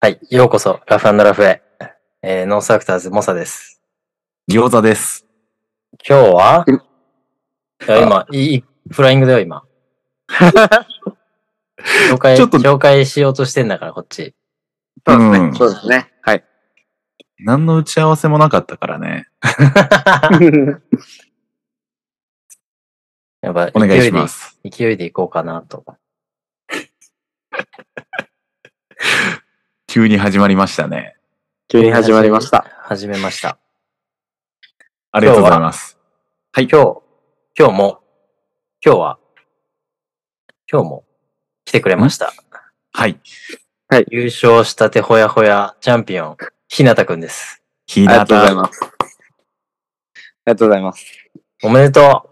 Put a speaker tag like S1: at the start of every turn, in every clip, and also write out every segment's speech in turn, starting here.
S1: はい。ようこそ、ラフラフへ。えーノースアクターズ、モサです。
S2: 餃子です。
S1: 今日は
S3: うん
S1: いや、今、いい、フライングだよ、 今。紹介、
S2: ちょっと
S1: 紹介しようとしてんだから、こっち。
S3: そうですね。
S2: うん
S3: そうですね。はい。
S2: 何の打ち合わせもなかったからね。
S1: やっぱ、
S2: お願い
S1: 勢
S2: し
S1: いで
S2: ま、す。
S1: 勢いでいこうかなと。
S2: 急に始まりましたね。
S3: 急に始まりました。
S1: 始めました。
S2: ありがとうございます。
S1: はい。今日、今日も、今日は、今日も来てくれました。
S2: はい。
S1: 優勝したてほやほやチャンピオン、ひなたくんです。
S2: ひ
S3: ありが
S2: な
S3: とうござい
S2: た、
S3: ます。ありがとうございます。
S1: おめでと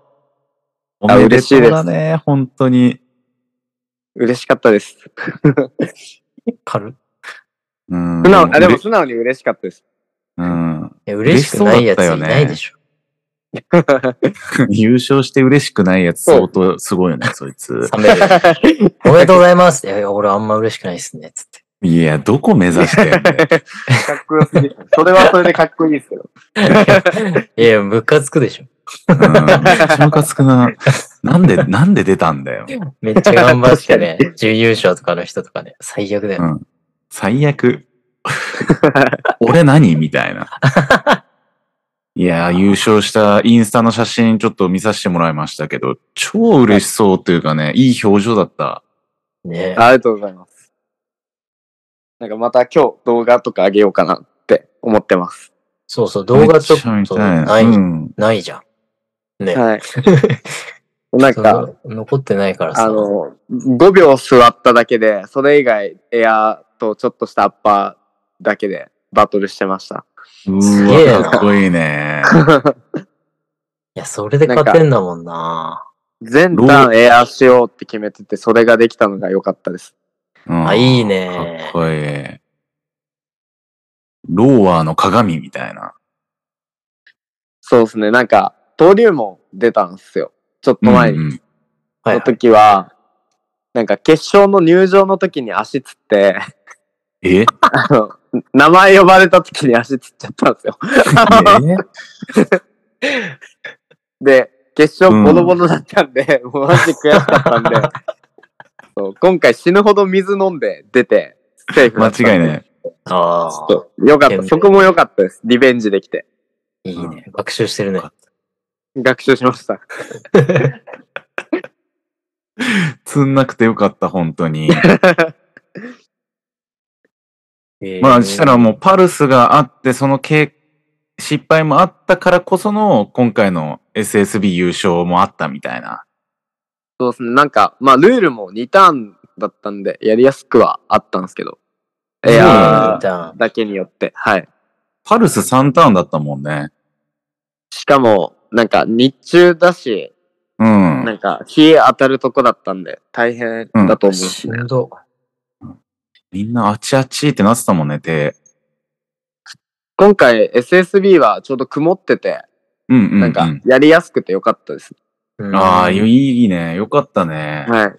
S2: お
S3: あ
S2: めで
S3: 嬉しい
S2: と
S3: で
S2: う
S3: す
S2: だね。本当に。
S3: 嬉しかったです。
S1: う軽
S2: うん
S3: 素直、あ、でも
S2: うれ
S3: 素直に嬉しかったです。
S2: うん。
S1: いや嬉しくないやついないでしょ。
S2: 優勝して嬉しくないやつ相当すごいよ ね、そいつ。
S1: 冷める。 おめでとうございます。いやいや、俺あんま嬉しくないっすね。つって。
S2: いや、どこ目指してんだよ。
S3: かっこよすぎる。それはそれでかっこいいですけど。
S1: いやいや、ムカつくでしょ。
S2: うん。めっちゃムカつくな。なんで、なんで出たんだよ。
S1: めっちゃ頑張ってね、準優勝とかの人とかね、最悪だよ。
S2: 最悪。俺何みたいな。いやー、優勝したインスタの写真ちょっと見させてもらいましたけど、超嬉しそうというかね、いい表情だった。
S1: ね
S3: ありがとうございます。なんかまた今日動画とかあげようかなって思ってます。
S1: そうそう、動画ちょっ
S2: めち
S1: と
S2: ゃ見たい
S1: ない、
S2: うん。
S1: ないじゃん。ね。
S3: はい。 なんか、
S1: そう残ってないからさ。
S3: あの、5秒座っただけで、それ以外エアーとちょっとしたアッパーだけでバトルしてました。
S2: う
S1: すげえ
S2: ー
S1: な
S2: わ、かっこい いね。
S1: いや、それで勝てんだもんな。
S3: 全ターンエアーしようって決めてて、それができたのが良かったです。
S2: うん
S1: あ、いい
S2: かっ
S1: ね。
S2: こいい。ローワーの鏡みたいな。
S3: そうですね、なんか、登竜門出たんですよ。ちょっと前に。
S2: うん
S1: はい
S3: の時は、なんか決勝の入場の時に足つって、
S2: ええ
S3: あの、名前呼ばれた時に足つっちゃったんですよ。で、決勝ボロボロだったんで、もうマジ悔しかったんで、そう今回死ぬほど水飲んで出て、セーフだ
S2: 間
S3: ったんで
S2: 違いない。
S1: ああ、
S3: そうよかっ
S1: 懸
S3: た。
S1: 命
S3: そこも良かったです。リベンジできて。
S1: いいね。学習してるね。
S3: 学習しました。
S2: 積んなくてよかった、本当に。ま
S1: ま
S2: あ、したらもうパルスがあって、その経失敗もあったからこその、今回の SSB 優勝もあったみたいな。
S3: そうですね。なんか、まあ、ルールも2ターンだったんで、やりやすくはあったんですけど。
S1: い
S3: いや
S1: や
S3: ーだけによって。はい。
S2: パルス3ターンだったもんね。
S3: しかも、なんか、日中だし、
S2: うん。
S3: なんか、日当たるとこだったんで、大変だと思
S1: し
S3: う。
S1: んど。
S2: みんなあちあちってなってたもんね、手。
S3: 今回、SSB はちょうど曇ってて、
S2: うんうん、うん。
S3: なんか、やりやすくてよかったです。
S1: うん
S2: ああ、いいいいね。よかったね。
S3: はい。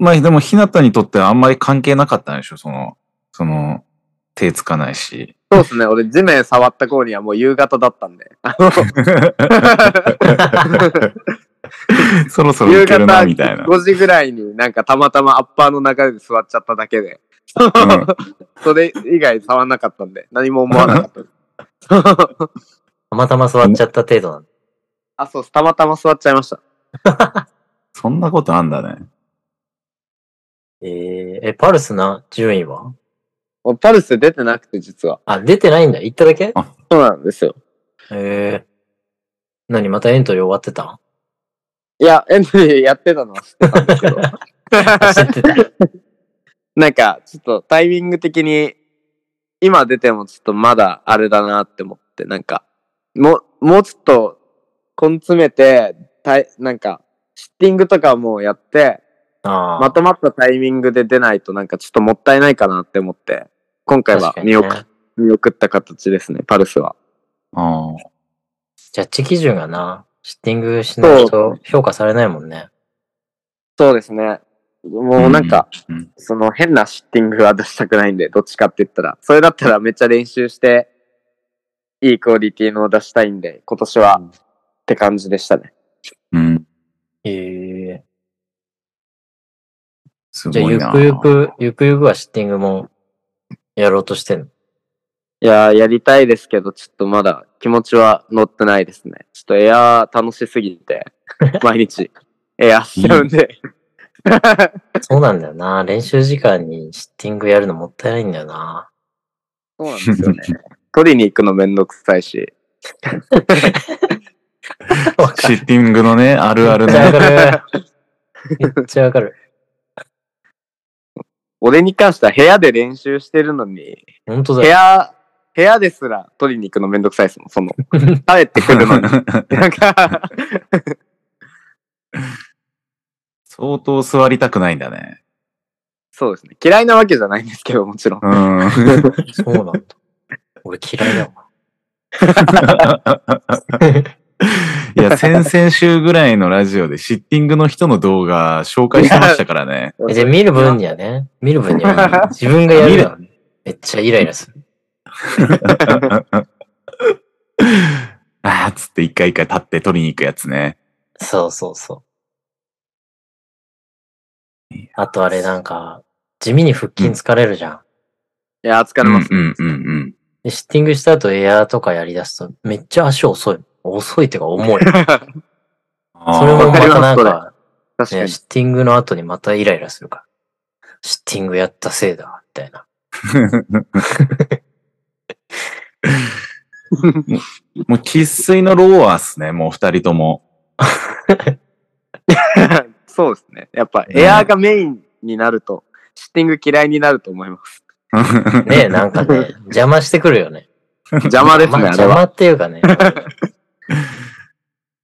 S2: まあ、でも、ひなたにとってはあんまり関係なかったんでしょ、その、その、手つかない し。
S3: そうですね。俺、地面触った頃にはもう夕方だったんで。あの
S2: そろそろ
S3: 夕
S2: いける
S3: 方
S2: な、みたいな。
S3: 5時ぐらいになんかたまたまアッパーの中で座っちゃっただけで、
S2: うん
S3: それ以外触んなかったんで、何も思わなかったです。
S1: たまたま座っちゃった程度なんだ
S3: あ、そうです。たまたま座っちゃいました。
S2: そんなことあんだね。
S1: えーえ、パルスな、順位は
S3: 俺パルス出てなくて、実は。
S1: あ、出てないんだ。行っただけ
S2: あ
S3: そうなんですよ。
S1: ええ。何、またエントリー終わってた
S3: いや、エントリーやってたのは知ってたんですけ
S1: 知
S3: ど。
S1: ってた。
S3: なんか、ちょっとタイミング的に、今出てもちょっとまだあれだなって思って、なんか、もう、もうちょっと、根詰めて、たいなんか、シッティングとかもやって、
S1: ああ。
S3: まとまったタイミングで出ないとなんかちょっともったいないかなって思って、今回は
S1: 確かに
S3: 見
S1: ね
S3: 送,、見送った形ですね、パルスは。
S2: ああ。
S1: ジャッジ基準がな、シッティングしないと評価されないもんね。
S3: そうですね。もうなんか、
S2: うん
S3: その変なシッティングは出したくないんで、どっちかって言ったら。それだったらめっちゃ練習して、いいクオリティのを出したいんで、今年は、って感じでしたね。
S2: うん。
S1: ええ
S2: す
S1: じゃあ、
S2: ごい
S1: ゆ
S2: な。
S1: くゆ く、ゆくゆくはシッティングもやろうとしてんの。
S3: いやー、やりたいですけど、ちょっとまだ気持ちは乗ってないですね。ちょっとエアー楽しすぎ て、毎日エアーしちゃうんで。
S1: そうなんだよな。練習時間にシッティングやるのもったいないんだよな。
S3: そうなんですよね。取りに行くのめんどくさいし。
S1: わか
S2: シ
S1: る。
S2: ッティングのね、あるあ る
S1: めっちゃわ
S2: ね。
S1: かる。めっちゃわかる。
S3: 俺に関しては部屋で練習してるのに、
S1: 本当
S3: 部
S1: だよ。
S3: 屋、部屋ですら取りに行くのめんどくさいですもん、そ の。帰ってくるのに。なんか、
S2: 相当座りたくないんだね。
S3: そうですね。嫌いなわけじゃないんですけど、もちろん。
S2: うん。
S1: そうなんだ。俺嫌いだわ。
S2: いや、先々週ぐらいのラジオでシッティングの人の動画紹介してましたからね。
S1: じゃあ見る分にはね、見る分には自分がやるの めっちゃイライラする。
S2: あーっつって一回一回立って取りに行くやつね。
S1: そうそうそう。あとあれなんか、地味に腹筋疲れるじゃん。
S3: いや、疲
S2: う
S3: れ
S2: ん
S3: ます。
S2: うんうんうん。
S1: で、シッティングした後エアーとかやり出すと、めっちゃ足遅い。遅いっていうか重い。 それも
S2: あ
S1: ま
S2: ー
S1: たなん
S3: わ
S1: か、
S3: 確か
S1: ね、
S3: に。
S1: シッティングの後にまたイライラするから。シッティングやったせいだ、みたいな。
S2: もう喫水のローワーっすね、もう二人とも。
S3: そうですね。やっぱ、
S2: ね
S3: エアーがメインになると、シッティング嫌いになると思 います。
S1: ねえ、なんか ね、邪魔してくるよね。
S3: 邪魔です
S1: まあ
S3: ね、あれ
S1: 邪魔
S3: は。
S1: っていうかね。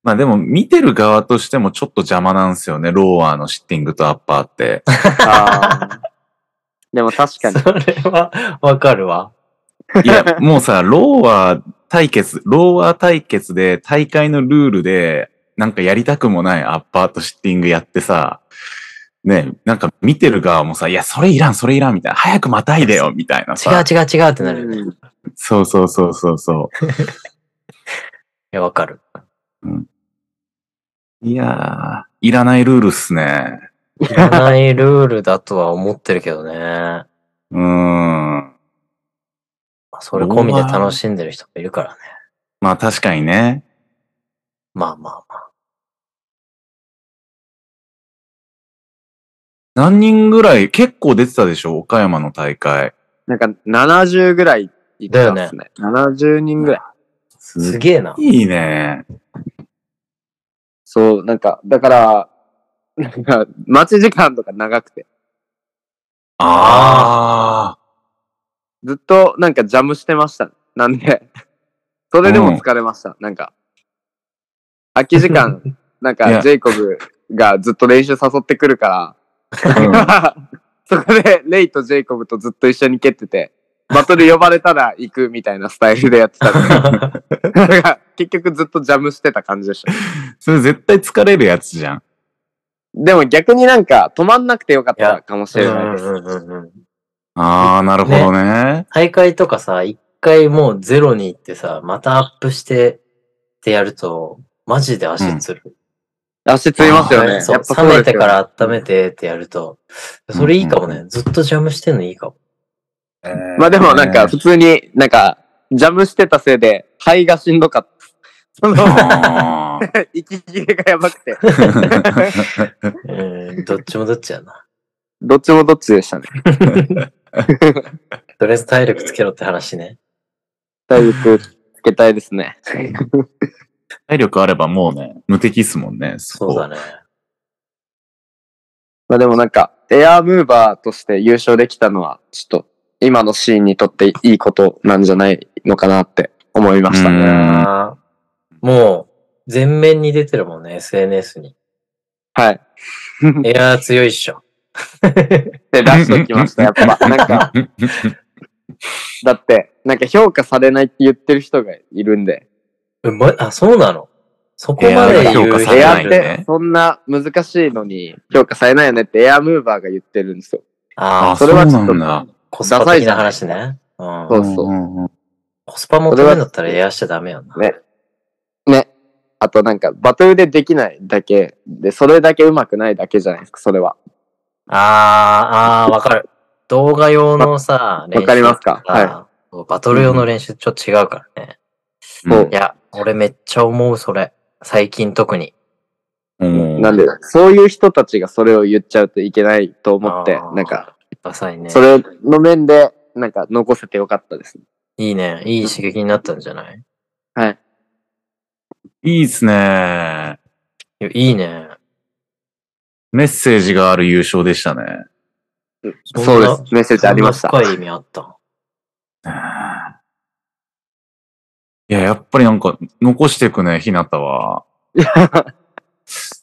S2: まあでも見てる側としてもちょっと邪魔なんですよね、ローワーのシッティングとアッパーって。
S3: あーでも確かに。
S1: それは、わかるわ。
S2: い や、もうさ、ローワー対決、ローワー対決で大会のルールで、なんかやりたくもないアッパーとシッティングやってさ、ね、なんか見てる側もさ、いや、それいらん、それいらん、みたいな。早くまたいでよ、みたいな
S1: 違う
S2: さ。
S1: 違う違うってなるよね。い
S3: うん
S2: そうそうそうそうそ
S1: や、わかる。
S2: う。いやー、いらないルールっすね。
S1: いらないルールだとは思ってるけどね。ま
S2: うーん。
S1: あそれ込みで楽しんでる人もいるからね。
S2: まあ確かにね。
S1: まあまあまあ。
S2: 何人ぐらい、結構出てたでしょ岡山の大会。
S3: なんか、70ぐらいいったんですね。70人ぐらい。
S1: す
S2: す
S1: げえな。
S2: いいね。
S3: そう、なんか、だから、なんか、待ち時間とか長くて。
S2: あ
S3: ずっと、なんか、ジャムしてました。なんで、それでも疲れました。なんか、空き時間、 なん
S2: い
S3: か、
S2: や
S3: ジェイコブがずっと練習誘ってくるか
S2: ー。うん
S3: ら、 そこで、レイとジェイコブとずっと一緒に蹴ってて、バトル呼ばれたら行くみたいなスタイルでやってたん でなんか結局ずっとジャムしてた感じでした。
S2: それ絶対疲れるやつじゃん。
S3: でも逆になんか止まんなくてよかったかもし
S1: うん
S3: れ
S1: う
S3: ないです。
S1: んうんうん
S2: ああ、なるほどね。
S1: 大会とかさ、一回もうゼロに行ってさ、またアップしてってやると、マジで足つる。
S3: 足ついますよね。
S2: う
S3: や
S2: ん
S3: っ
S1: そう
S3: ぱそう
S1: 冷め
S3: です
S1: て
S3: よ
S1: か。ら温めてってやると、それいいかもね。ずっとジャムしてんのいいかも。
S3: まあでもなんか普通になんかジャムしてたせいで肺がしんどかった。そ の
S2: あー。
S3: 息切れがやば くて。
S1: うん、どっちもどっちやな。
S3: どっちもどっちでしたね。
S1: とりあえず体力つけろって話ね。
S3: 体力つけたいで すね。
S2: 体力あればもうね、無敵っすもんね。
S1: そうだね。
S3: まあでもなんかエアームーバーとして優勝できたのはちょっと今のシーンにとっていいことなんじゃないのかなって思いました
S2: うん
S3: ね。
S1: あーもう、全面に出てるもんね、SNS に。
S3: はい。
S1: エアー強いっしょ。
S3: で出しておきまし た、やっぱ。なんか
S2: うん
S3: だって、なんか評価されないって言ってる人がいるんで。
S1: うまい、あ、そうなのそこまで言
S2: エアーが評価
S1: う
S2: さ
S3: エ
S2: れ
S3: ア
S2: ない
S3: ーっ
S2: よね
S3: てそんな難しいのに評価されないよねってエアームーバーが言ってるんですよ。
S1: あ
S2: あ
S1: あ、
S3: それはちょっ
S2: そ
S3: と
S2: うなん
S1: コスパ的な話ね。うん
S3: そうそうん
S2: んん
S1: コスパ求めるんだったらエアーしちゃダメよな。
S3: ね。ね。あとなんかバトルでできないだけで、それだけ上手くないだけじゃないですか、それは。
S1: あー、あー、わかる。動画用のさ、練習
S3: わかりますか
S1: とい。バトル用の練習ちょっと違うからね。
S3: そう
S1: いや、俺めっちゃ思う、それ。最近特に。
S2: うん
S3: なんで、そういう人たちがそれを言っちゃうといけないと思って
S1: あ、ー
S3: なんか、
S1: ダサいね。
S3: それの面で、なんか残せてよかったです。
S1: いいね。いい刺激になったんじゃない
S3: はい。
S2: いいっすね。
S1: いやいいね。
S2: メッセージがある優勝でしたね。
S1: そんな
S3: そうです。メッセージありました。
S1: そんな深い意味あった。
S2: いや、やっぱりなんか、残していくね、ひなた は。やっぱス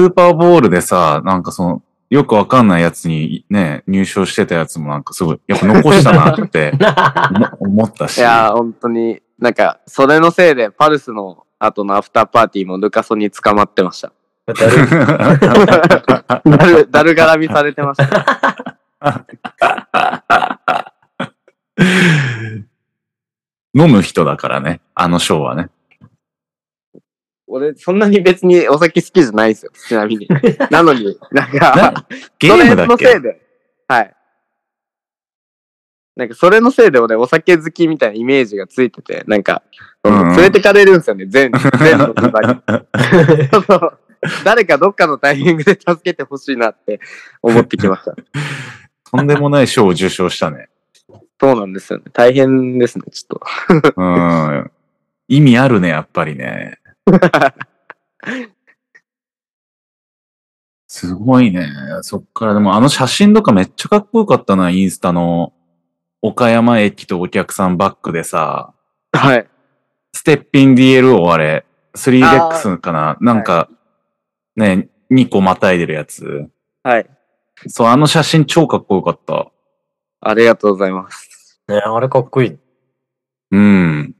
S2: ーパーボールでさ、なんかその、よくわかんないやつにね、入賞してたやつもなんかすごい、やっぱ残したなって 思思ったし。
S3: いやー、本当に、なんか、それのせいで、パルスの後のアフターパーティーもルカソに捕まってました。
S1: だるい
S3: だる、だるがらみされてました。
S2: 飲む人だからね、あの賞 はね。
S3: 俺、そんなに別にお酒好きじゃないですよ、ちなみに。なのに、なんか、
S2: なゲームだっ
S3: それのせ
S2: け
S3: いで、はい。なんか、それのせいで俺、お酒好きみたいなイメージがついてて、なんか、
S2: うんうん
S3: 連れてかれるんですよね、 全、全の場に。その誰かどっかのタイミングで助けてほしいなって思ってきま した。
S2: とんでもない賞を受賞したね。
S3: そうなんですよね。大変ですね、ちょっと。
S2: うん。意味あるね、やっぱりね。すごいね。そっから、でもあの写真とかめっちゃかっこよかったな、インスタの。岡山駅とお客さんバックでさ、
S3: はい。
S2: ステッピン DLO あれ、3X かななんか、ね、2個またいでるやつ。
S3: はい。
S2: そう、あの写真超かっこよかった。
S3: ありがとうございます。
S1: ね、あれかっこいい。
S2: うん。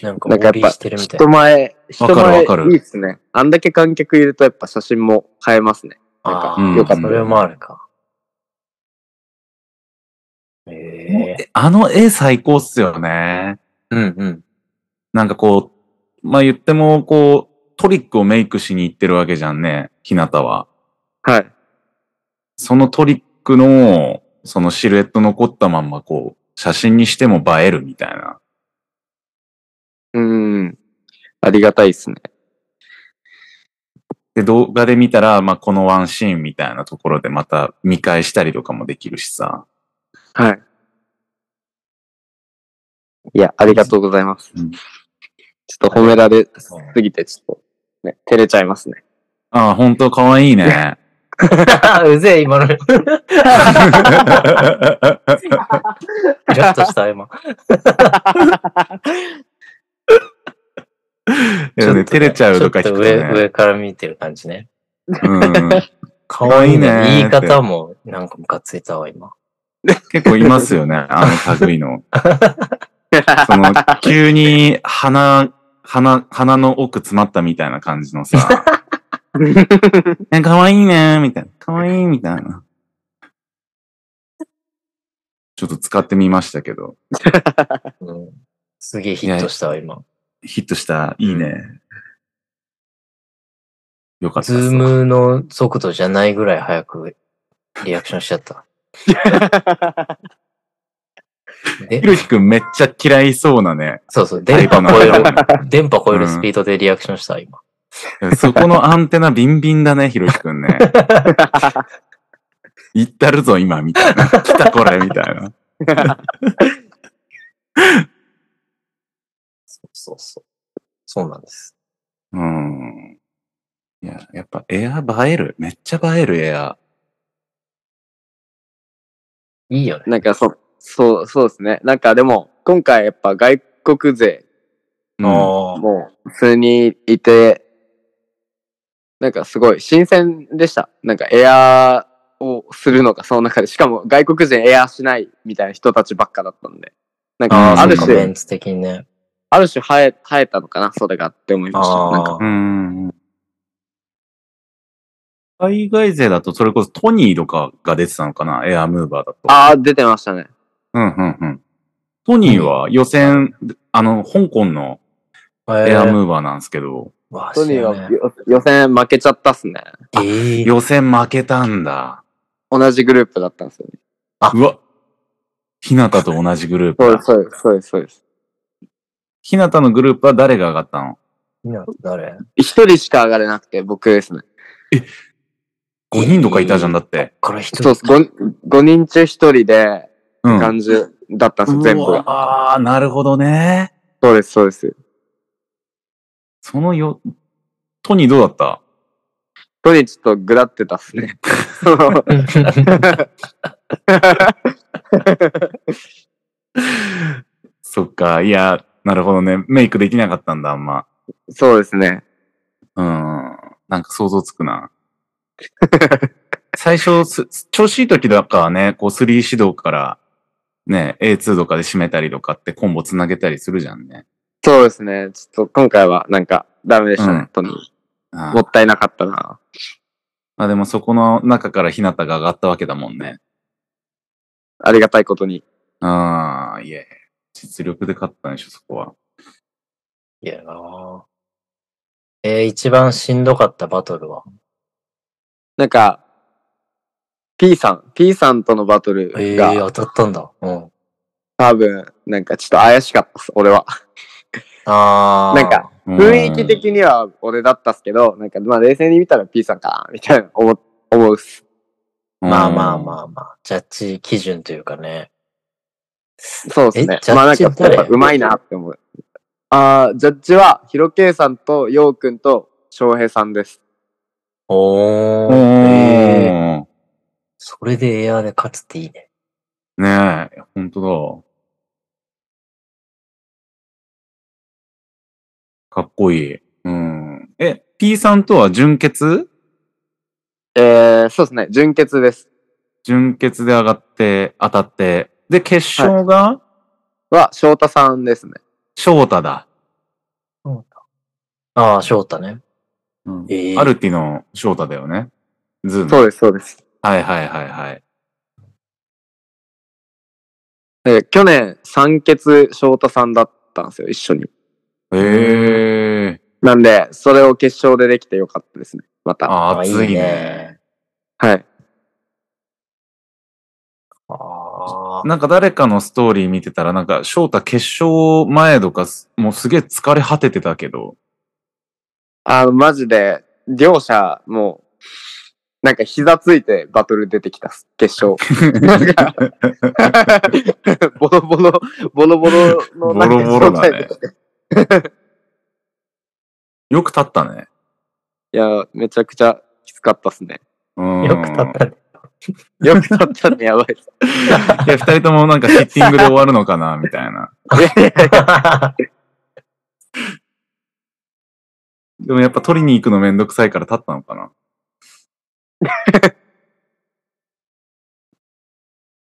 S1: なんか、
S3: なん
S1: ボ
S3: かやっ
S1: リ
S3: ぱ、
S1: してるみたい
S3: 人
S1: な。
S3: 前、人
S2: わかる
S3: 前
S2: わかる
S3: いいっすね。あんだけ観客いるとやっぱ写真も変えますね。なんか
S1: ああ、
S2: うん
S1: よ
S3: よ
S1: か
S3: か
S1: っ。
S3: ったた
S1: それもあるか。ええ。
S2: あの絵最高っすよね。
S1: うんうん。
S2: なんかこう、まあ言っても、こう、トリックをメイクしに行ってるわけじゃんね、ひなたは。
S3: はい。
S2: そのトリックの、そのシルエット残ったまんま、こう、写真にしても映えるみたいな。
S3: うーん。ありがたいっすね。
S2: で、動画で見たら、まあこのワンシーンみたいなところでまた見返したりとかもできるしさ。
S3: はい。いや、ありがとうございます。
S2: うん
S3: ちょっと褒められすぎて、ちょっと、ね、照れちゃいますね。
S2: ああ、ほんと可愛いね。
S1: うぜえ、今の。ちょっとした、今。
S2: いやね照れちゃうとか聞
S1: ちょ
S2: く
S1: っ
S2: と
S1: と上、
S2: ね。
S1: 上から見てる感じね。
S2: うん、
S1: かわいい
S2: 可
S1: ね。
S2: 愛い
S1: 言
S2: ね
S1: い方も、なんかムカついたわ、今。
S2: 結構いますよね、 あの類の。その、急に鼻、鼻、鼻の奥詰まったみたいな感じのさ。 え、かわいいねーみたいな。かわいいみたいな。ちょっと使ってみましたけど。
S1: うん。すげえヒットしたわ、今。
S2: ヒットした。いいね。よかった
S1: ズ
S2: っす
S1: ームの速度じゃないぐらい早くリアクションしちゃった。で
S2: ひ、ろひくんめっちゃ嫌いそうなね。
S1: そうそう、
S2: タ
S1: 電
S2: イプ
S1: 波
S2: な
S1: 超える
S2: の、
S1: 電波超えるスピードでリアクションした、今。
S2: そこのアンテナビンビンだ ね、ひろひくんね。行ったるぞ、今、みたいな。来た、これ、みたいな。
S1: そうそうそう。そうなんです。
S2: うん。いや、やっぱエア映える。めっちゃ映えるエア。
S1: いいよね。
S3: なんかそ、そう、そうですね。なんかでも、今回やっぱ外国勢
S2: うん
S1: あ
S3: もう普通にいて、なんかすごい新鮮でした。なんかエアーをするのがその中で、しかも外国人エアーしないみたいな人たちばっかだったんで。なん
S2: あー
S3: かある
S2: そう
S1: あ、
S2: か
S1: メ
S3: 種、
S1: ンツ的にね。
S3: ある種生え、生えたのかな、それがって思いました。なんか
S1: ああ。
S2: ん。海外勢だと、それこそトニーとかが出てたのかなエアムーバーだと。
S3: ああ、出てましたね。
S2: うんうんうん。トニーは予選、あの、香港のエ
S1: え
S2: アムーバーなんですけど、
S1: わ
S3: トニー
S1: 知ら
S3: は
S1: ね
S3: よ予選負けちゃったっすね。
S1: ええ
S2: 予選負けたんだ。
S3: 同じグループだったんですよね。
S2: うわ。ひなたと同じグルー
S3: そう
S2: プ
S3: です、。そうです、そうです、そうです。
S2: ひなたのグループは誰が上がったの
S1: みんな誰
S3: 一人しか上がれなくて、僕ですね。
S2: ?5 人とかいたじゃんだって。
S1: から一
S3: そう
S1: 人
S3: です、5, 人中一人で、
S2: うん。
S3: 感じだったんですよ、全部が。
S2: ああ、なるほどね。
S3: そうです、そうです。
S2: そのよ、トニーどうだった
S3: トニーちょっとグラってたっす ね。その
S2: そっか、いや、なるほどね。メイクできなかったんだ、あんま。
S3: そうですね。
S2: うん。なんか想像つく な。最初、す調子いい時だからね、こう3指導から、ね、A2 とかで締めたりとかってコンボつなげたりするじゃんね。
S3: そうですね。ちょっと今回はなんかダメでしたね、
S2: うん
S3: トニー。
S2: あ
S3: もったいなかったな。
S2: まあでもそこの中から日向が上がったわけだもんね。
S3: ありがたいことに。
S2: ああ、いえ。実力で勝ったんでしょ、そこは。
S1: いやなぁえー、一番しんどかったバトルは。
S3: なんか、P さん、P さんとのバトル
S1: ええ
S3: が
S1: 当たったんだ。うん。
S3: 多分、なんかちょっと怪しかったっす、俺は。
S1: あー。
S3: なんか、雰囲気的には俺だったっすけど、なんかまあ冷静に見たら P さんかな、みたいな思う、思うっす。
S2: うん、
S1: まあまあま
S2: あ。
S1: あまあ、ジャッジ基準というかね。
S3: そうです
S1: えジャ
S3: ね
S1: ッ。ジ
S3: まあなんかやっ
S1: 誰
S3: ぱ上手いなって思う。ああ、ジャッジは、ヒロケイさんとヨウくんと翔平さんです。
S1: お
S2: おー。
S1: えーそれでエアーで勝つっていいね。
S2: ねえ、ほんとだ。かっこいい。うん。え、P さんとは純血
S3: えー、そうですね。純潔です。
S2: 純血で上がって、当たって。で、決勝が、
S3: は、翔太さんですね。
S2: 翔太だ。
S1: ああ、翔太ね。
S2: うん
S1: ええ
S2: アルティの翔太だよね。ズーム。
S3: そうです、そうです。
S2: はいはいはいはい。
S3: えー去年、三欠翔太さんだったんですよ、一緒に。
S2: ええ
S3: なんで、それを決勝でできてよかったですね。また。
S2: あー、
S1: あ
S2: 熱い
S1: いい
S2: ね。
S1: ね。
S3: はい。
S1: ああ。
S2: なんか誰かのストーリー見てたら、なんか翔太決勝前とかす、もうすげえ疲れ果ててたけど。
S3: あの、マジで、両者、もう、なんか膝ついてバトル出てきたっす、決勝。なんか、ボロボロ、ボロボロの
S2: ボロボロだね
S3: なんか状態で
S2: よく立ったね。
S3: いや、めちゃくちゃきつかったっすね。
S2: うん
S1: よく立ったね。
S3: よくなったね、やばいっ す。
S2: いや、二人ともなんかヒッティングで終わるのかな、みたいな。
S3: いやいや
S2: でもやっぱ取りに行くのめんどくさいから立ったのかな。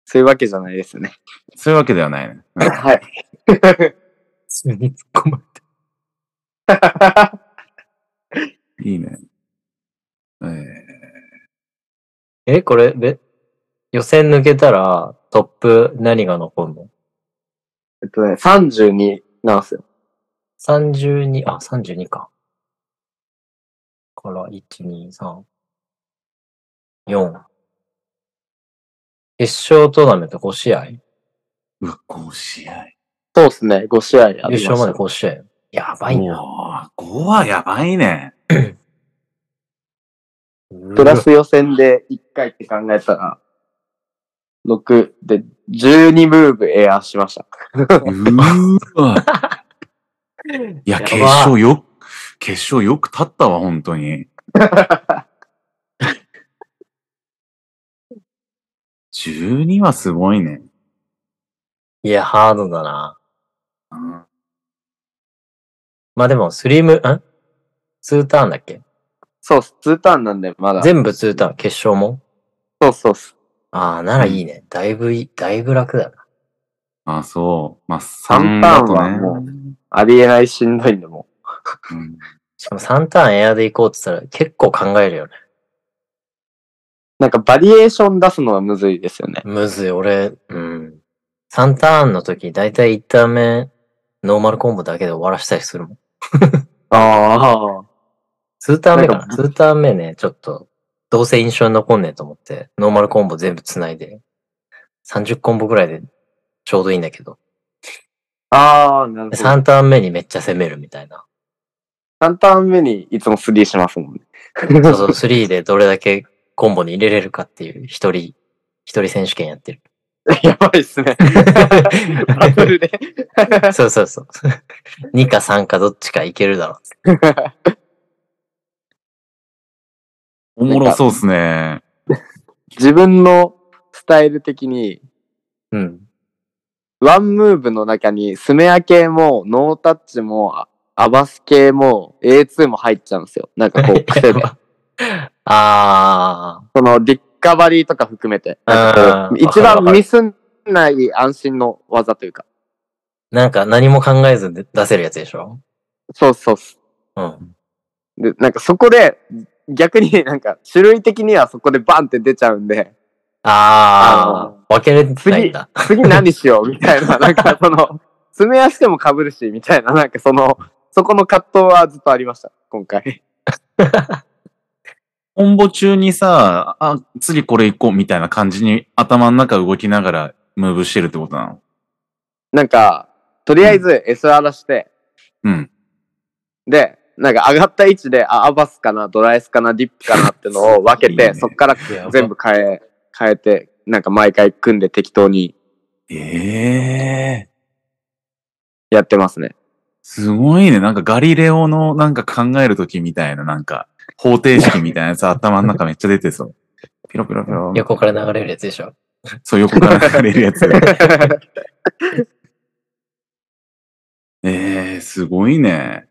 S3: そういうわけじゃないですね。
S2: そういうわけではないね。うん
S3: はい。
S1: 普通に突っ込まれて。
S2: いいね。え
S1: え、これ、べ予選抜けたら、トップ何が残るの
S3: えっとね、32なんですよ。
S1: 32、あ、32か。から、1、2、3、4。決勝トーナメント5試合
S2: ー、うわ、5試合。
S3: そうですね、5試合やりま
S1: 優
S3: した。
S1: 勝まで5試合。やばいな。
S2: おー5はやばいね。
S3: プラス予選で1回って考えたら、6で12ムーブエアーしました。
S2: うーわ。い
S1: や
S2: や、
S1: ば
S2: 決勝よ、決勝よく立ったわ、本当に。12はすごいね。
S1: いや、ハードだな。
S2: うん
S1: まあでも、スリム、ん ?2 ターンだっけ
S3: そうっす。2ターンなんで、まだ。
S1: 全部2ターン、決勝も
S3: そうそうっす。
S1: ああ、ならいいね。だいぶいい、だいぶ楽だな。
S2: あ、そう。まあ、3
S3: 3
S2: だ
S3: ターン
S2: と
S3: は
S2: ね。
S3: もう、ありえないしんどいんだもん。
S2: うん
S1: しかも3ターンエアで行こうって言ったら結構考えるよね。
S3: なんかバリエーション出すのはむずいですよね。
S1: むずい、俺、うん。3ターンの時、だいたい1ターン目、ノーマルコンボだけで終わらせたりするもん。
S3: ああ。
S1: 2ターン目か
S3: なん
S1: な
S3: か
S1: ?2 ターン目ね、ちょっと、どうせ印象に残んねえと思って、ノーマルコンボ全部繋いで、30コンボぐらいでちょうどいいんだけど、
S3: ああ、なるほど。
S1: 3ターン目にめっちゃ攻めるみたいな。
S3: 3ターン目にいつも3しますもんね。
S1: そうそう、3でどれだけコンボに入れれるかっていう、一人、一人選手権やってる。
S3: やばいっす ね。バトルで。
S1: そうそうそう。2か3かどっちかいけるだろうっつって。
S2: おもろそうっすね。
S3: 自分のスタイル的に、
S1: うん。
S3: ワンムーブの中にスメア系もノータッチもあアバス系も A2 も入っちゃうんですよ。なんかこう癖で。
S1: あ
S3: そのリカバリーとか含めて。
S1: うん
S3: なんか
S1: わか
S3: こう一
S1: るわか
S3: 番
S1: る
S3: ミスんない安心の技というか。
S1: ー、なんか何も考えずで出せるやつでしょ
S3: そうそうっす。
S1: うん。
S3: で、なんかそこで逆になんか種類的にはそこでバンって出ちゃうんで、
S1: ああ、分けれてないんだ。
S3: 次何しようみたいな、なんかその、スメアしても被るしみたいな、なんかその、そこの葛藤はずっとありました。今回。
S2: コンボ中にさ、あ、次これ行こうみたいな感じに頭の中動きながらムーブしてるってことなの
S3: なんか、とりあえず SR して、
S2: うん。
S3: で、なんか上がった位置で、あ、アバスかな、ドラエスかな、ディップかなって のを分け
S2: いい
S3: て、
S2: ね
S3: そっから
S1: やば
S3: 全部変え、変えて、なんか毎回組んで適当に
S2: ええ
S3: やってますね。
S2: すごいね。なんかガリレオのなんか考えるときみたいな、なんか方程式みたいな やつ頭の中めっちゃ出てそう。ピロピロピロ。
S1: 横から流れるやつでしょ。
S2: そう、横から流れるやつ。 ええすごいね。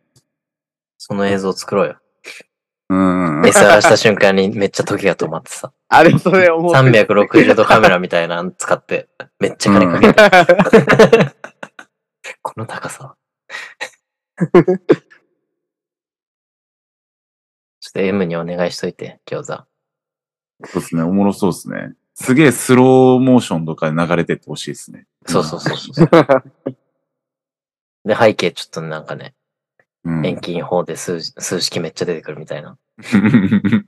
S1: その映像作ろうよ。
S2: うん。
S1: SR した瞬間にめっちゃ時が止まって さ。
S3: あれ、それ思う。
S1: 360度カメラみたいなの使って、めっちゃ金かけて。 この高さは。ちょっと M にお願いしといて、餃子。
S2: そうですね。おもろそうですね。すげえスローモーションとかで流れてってほしいですね。
S1: そうそうそう そう。で、背景ちょっとなんかね、
S2: うん。
S1: 遠近法で数字数式めっちゃ出てくるみたい な。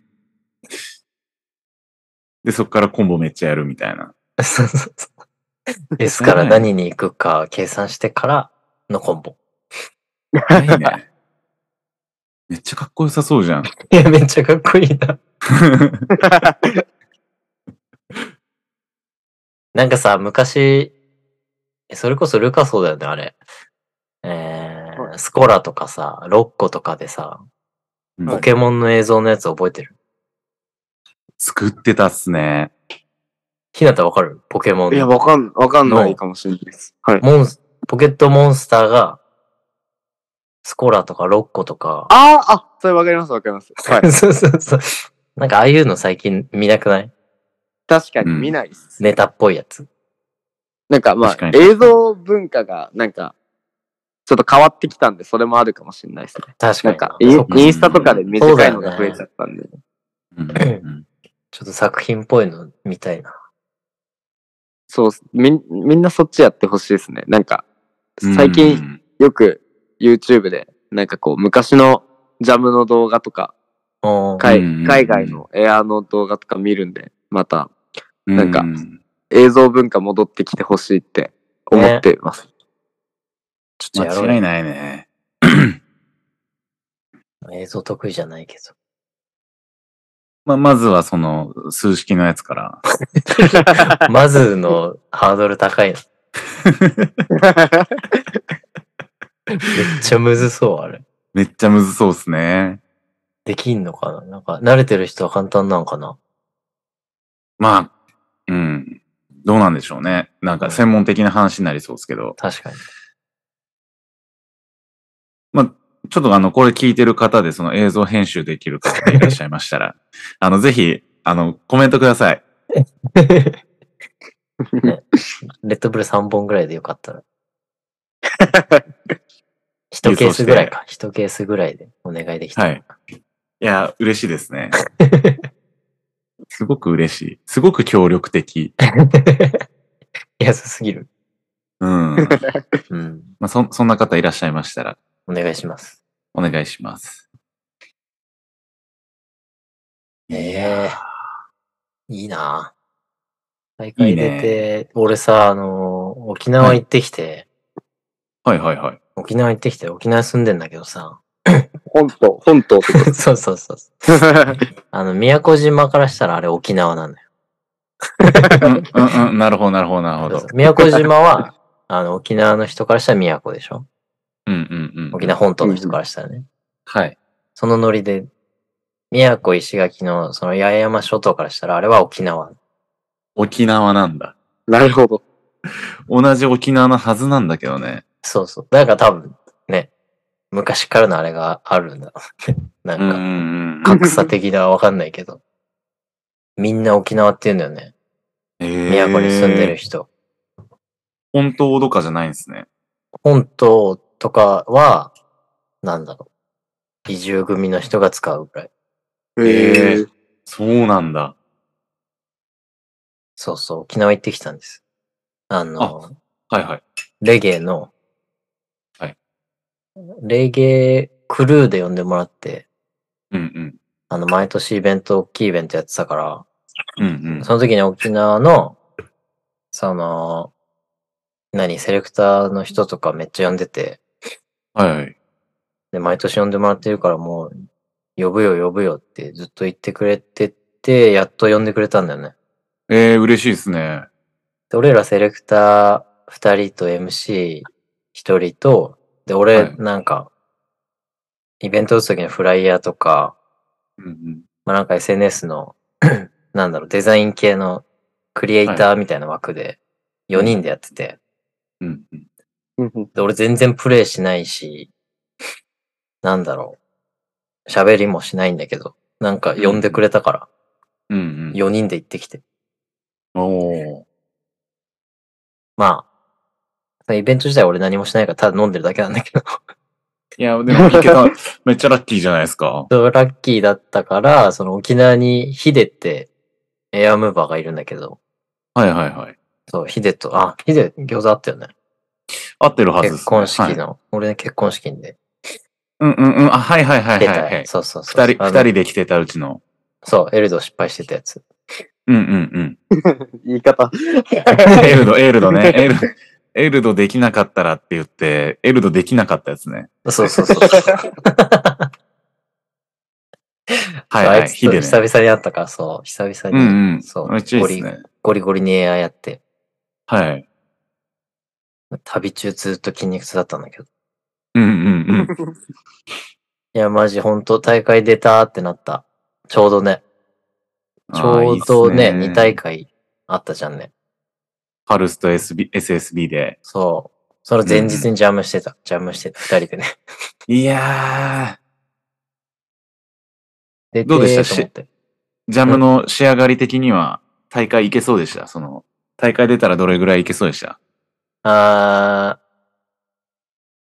S2: で、そっからコンボめっちゃやるみた いな。
S1: そうそうそう。ですから何に行くか計算してからのコンボ。
S2: いいね。めっちゃかっこよさそうじゃん。
S1: いや、めっちゃかっこいいな。なんかさ、昔、えそれこそルカそうだよね、あれ。え
S3: は
S1: ー、スコラとかさ、ロッコとかでさ、
S2: うん
S1: ポケモンの映像のやつ覚えてる
S2: 作ってたっすね。
S1: ひなたわかるポケモン
S3: いや、
S1: の。
S3: わかん、わかんないかもしれないです。はい。
S1: モンス、ポケットモンスターが、スコラとかロッコとか、
S3: あーあ、それわかります、わかります。はい。
S1: そうそうそう。なんかああいうの最近見なくない
S3: 確かに見ないっす。
S1: ネタっぽいやつ。
S3: なんかまあ
S2: 確か、に
S3: 映像文化が、なんか、ちょっと変わってきたんで、それもあるかもしれないですね。
S1: 確か
S3: なん
S1: になそ
S3: か、イン
S1: う
S2: か
S3: インスタとかで短いのが増えちゃったんで。
S2: うんうん
S1: ちょっと作品っぽいの見たいな。
S3: そうっす、みん、みんなそっちやってほしいですね。なんか、最
S2: う
S3: 近
S2: ん
S3: よく YouTube で、なんかこう、昔のジャムの動画とか、
S1: おー
S3: 海
S2: うんうんうん
S3: 海外のエアーの動画とか見るんで、またなんか
S2: う
S3: 映像文化戻ってきてほしいって思ってます。
S1: ちょっとやろう
S2: 間違い
S1: よ。
S2: ないね。
S1: 映像得意じゃないけ
S2: まあ、まずはその数式のやつから。
S1: ど。まずのハードル高いな。めっちゃむずそう、あれ。
S2: めっちゃむずそうっすね。
S1: できんのかななんか、慣れてる人は簡単なのかな
S2: まあ、うん。どうなんでしょうね。なんか専門的な話になりそうですけど。
S1: 確かに。
S2: ちょっとあの、これ聞いてる方でその映像編集できる方がいらっしゃいましたら、 あの、ぜひ、あの、コメントください。
S1: レッドブル3本ぐらいでよかったら。一ケースぐらいか。一ケースぐらいでお願いできた。
S2: はい。いや、嬉しいですね。すごく嬉しい。すごく協力的。
S1: 安すぎる。
S2: うん。
S1: うん。
S2: まあ、そ、そんな方いらっしゃいましたら、
S1: お願いします。
S2: お願いします。
S1: ええいいな大
S2: いい
S1: 会
S2: ね
S1: 出て、俺さ、あの、沖縄行ってきて、
S2: はいはい はい。
S1: 沖縄行ってきて、沖縄住んでんだけどさ、
S3: 本島、本島ってこ
S1: そうそうそう。
S3: と
S1: あの、宮古島からしたらあれ沖縄なんだよ。
S2: うん、うん、うん、なるほどなるほどなるほ
S1: そ
S2: ど
S1: う。そう宮古島は、 あの、沖縄の人からしたら宮古でしょ
S2: うん、うん、う
S1: 沖
S2: ん。
S1: 縄本島の人からしたらね。
S2: はい。
S1: そのノリで、宮古石垣のその八重山諸島からしたらあれは沖縄。
S2: 沖縄なんだ。
S3: なるほど。
S2: 同じ沖縄のはずなんだけどね。
S1: そうそう。だから多分ね、昔からのあれがあるんだろうね。
S2: うん、う
S1: なんか、
S2: んうん。
S1: 格差的なわかんないけど。みんな沖縄って言うんだよね。宮
S2: 宮
S1: 古に住んでる。人。
S2: 本当とかじゃないんですね。
S1: 本島とかは、なんだろう。移住組の人が使うぐらい。
S2: へ
S3: へ
S2: ーそうなんだ。
S1: そうそう、沖縄行ってきたんです。あの、
S2: はいはい。
S1: レゲエの、
S2: はい。
S1: レゲエクルーで呼んでもらって、
S2: うん、
S1: あの、毎年イベント、大きいイベントやってたから、
S2: うん。うん、うん。
S1: その時に沖縄の、その、何、セレクターの人とかめっちゃ呼んでて、
S2: はいはい。
S1: で、毎年呼んでもらってるからもう、呼ぶよ、呼ぶよってずっと言ってくれてて、やっと呼んでくれたんだよね。
S2: えー、嬉しいですね。
S1: で、俺らセレクター2人と MC1 人と、で、
S2: は
S1: 俺
S2: い
S1: なんか、イベント打つ時のフライヤーとか、
S2: うん、うん。
S1: まあ、なんか SNS の、 なんだろう、デザイン系のクリエイターみたいな枠で4人でやってて、
S2: うん、うん。
S3: ー
S1: で、俺全然プレイしないし、なんだろう、喋りもしないんだけど、なんか呼んでくれたから、
S2: うん、
S1: 4人で行ってきて。
S2: うん。おー。
S1: まあ、そのイベント自体俺何もしないからただ飲んでるだけなんだけど、
S2: いや、でも、いけた。めっちゃラッキーじゃないですか。
S1: そうラッキーだったから、その沖縄にヒデってエアムーバーがいるんだけど、
S2: はいはいはい。
S1: そう、ヒデと、あ、ヒデ餃子あったよね。
S2: 合ってるはずです、ね。
S1: 結婚式
S2: はい
S1: の、俺の結婚式で
S2: うんうんうん。あ、はいはいはい
S1: 出
S2: はい、
S1: た、
S2: はい。
S1: そうそうそう。
S2: 二人、
S1: あ
S2: 二
S1: の
S2: 人で来てたうちの。
S1: そう、エルド失敗してたやつ。
S2: うんうん
S3: 言い方。
S2: うん。エルド、エルドね。 エルド、エルドできなかったらって言って、エルドできなかったやつね。
S1: そうそう そう。
S2: はい
S1: あ
S2: はいい。
S1: つ
S2: ヒ
S1: と
S2: デね。
S1: 久々に会ったから、そう、久々
S2: う
S1: に、
S2: んうん。
S1: そう
S2: めっちゃいい
S1: ゴ
S2: です
S1: リ
S2: ね。
S1: ゴリゴリにエアやって、
S2: はい。
S1: 旅中ずっと筋肉痛だったんだけど。
S2: うんうんうん。
S1: いや、マジ本当大会出たってなった。ちょうどね、 ち
S2: あー
S1: ょうどね、二2。
S2: いいっ
S1: 大
S2: す
S1: 会あったじゃんね。
S2: パルスと SB SSB で。
S1: そう。その前日にジャムしてた。ジャムしてた、二人でね。
S2: いや
S1: で
S2: どうでした
S1: と思って
S2: ー、ジャムの仕上がり的には大会いけそうでした。その、大会出たらどれぐらいいけそうでした
S1: あ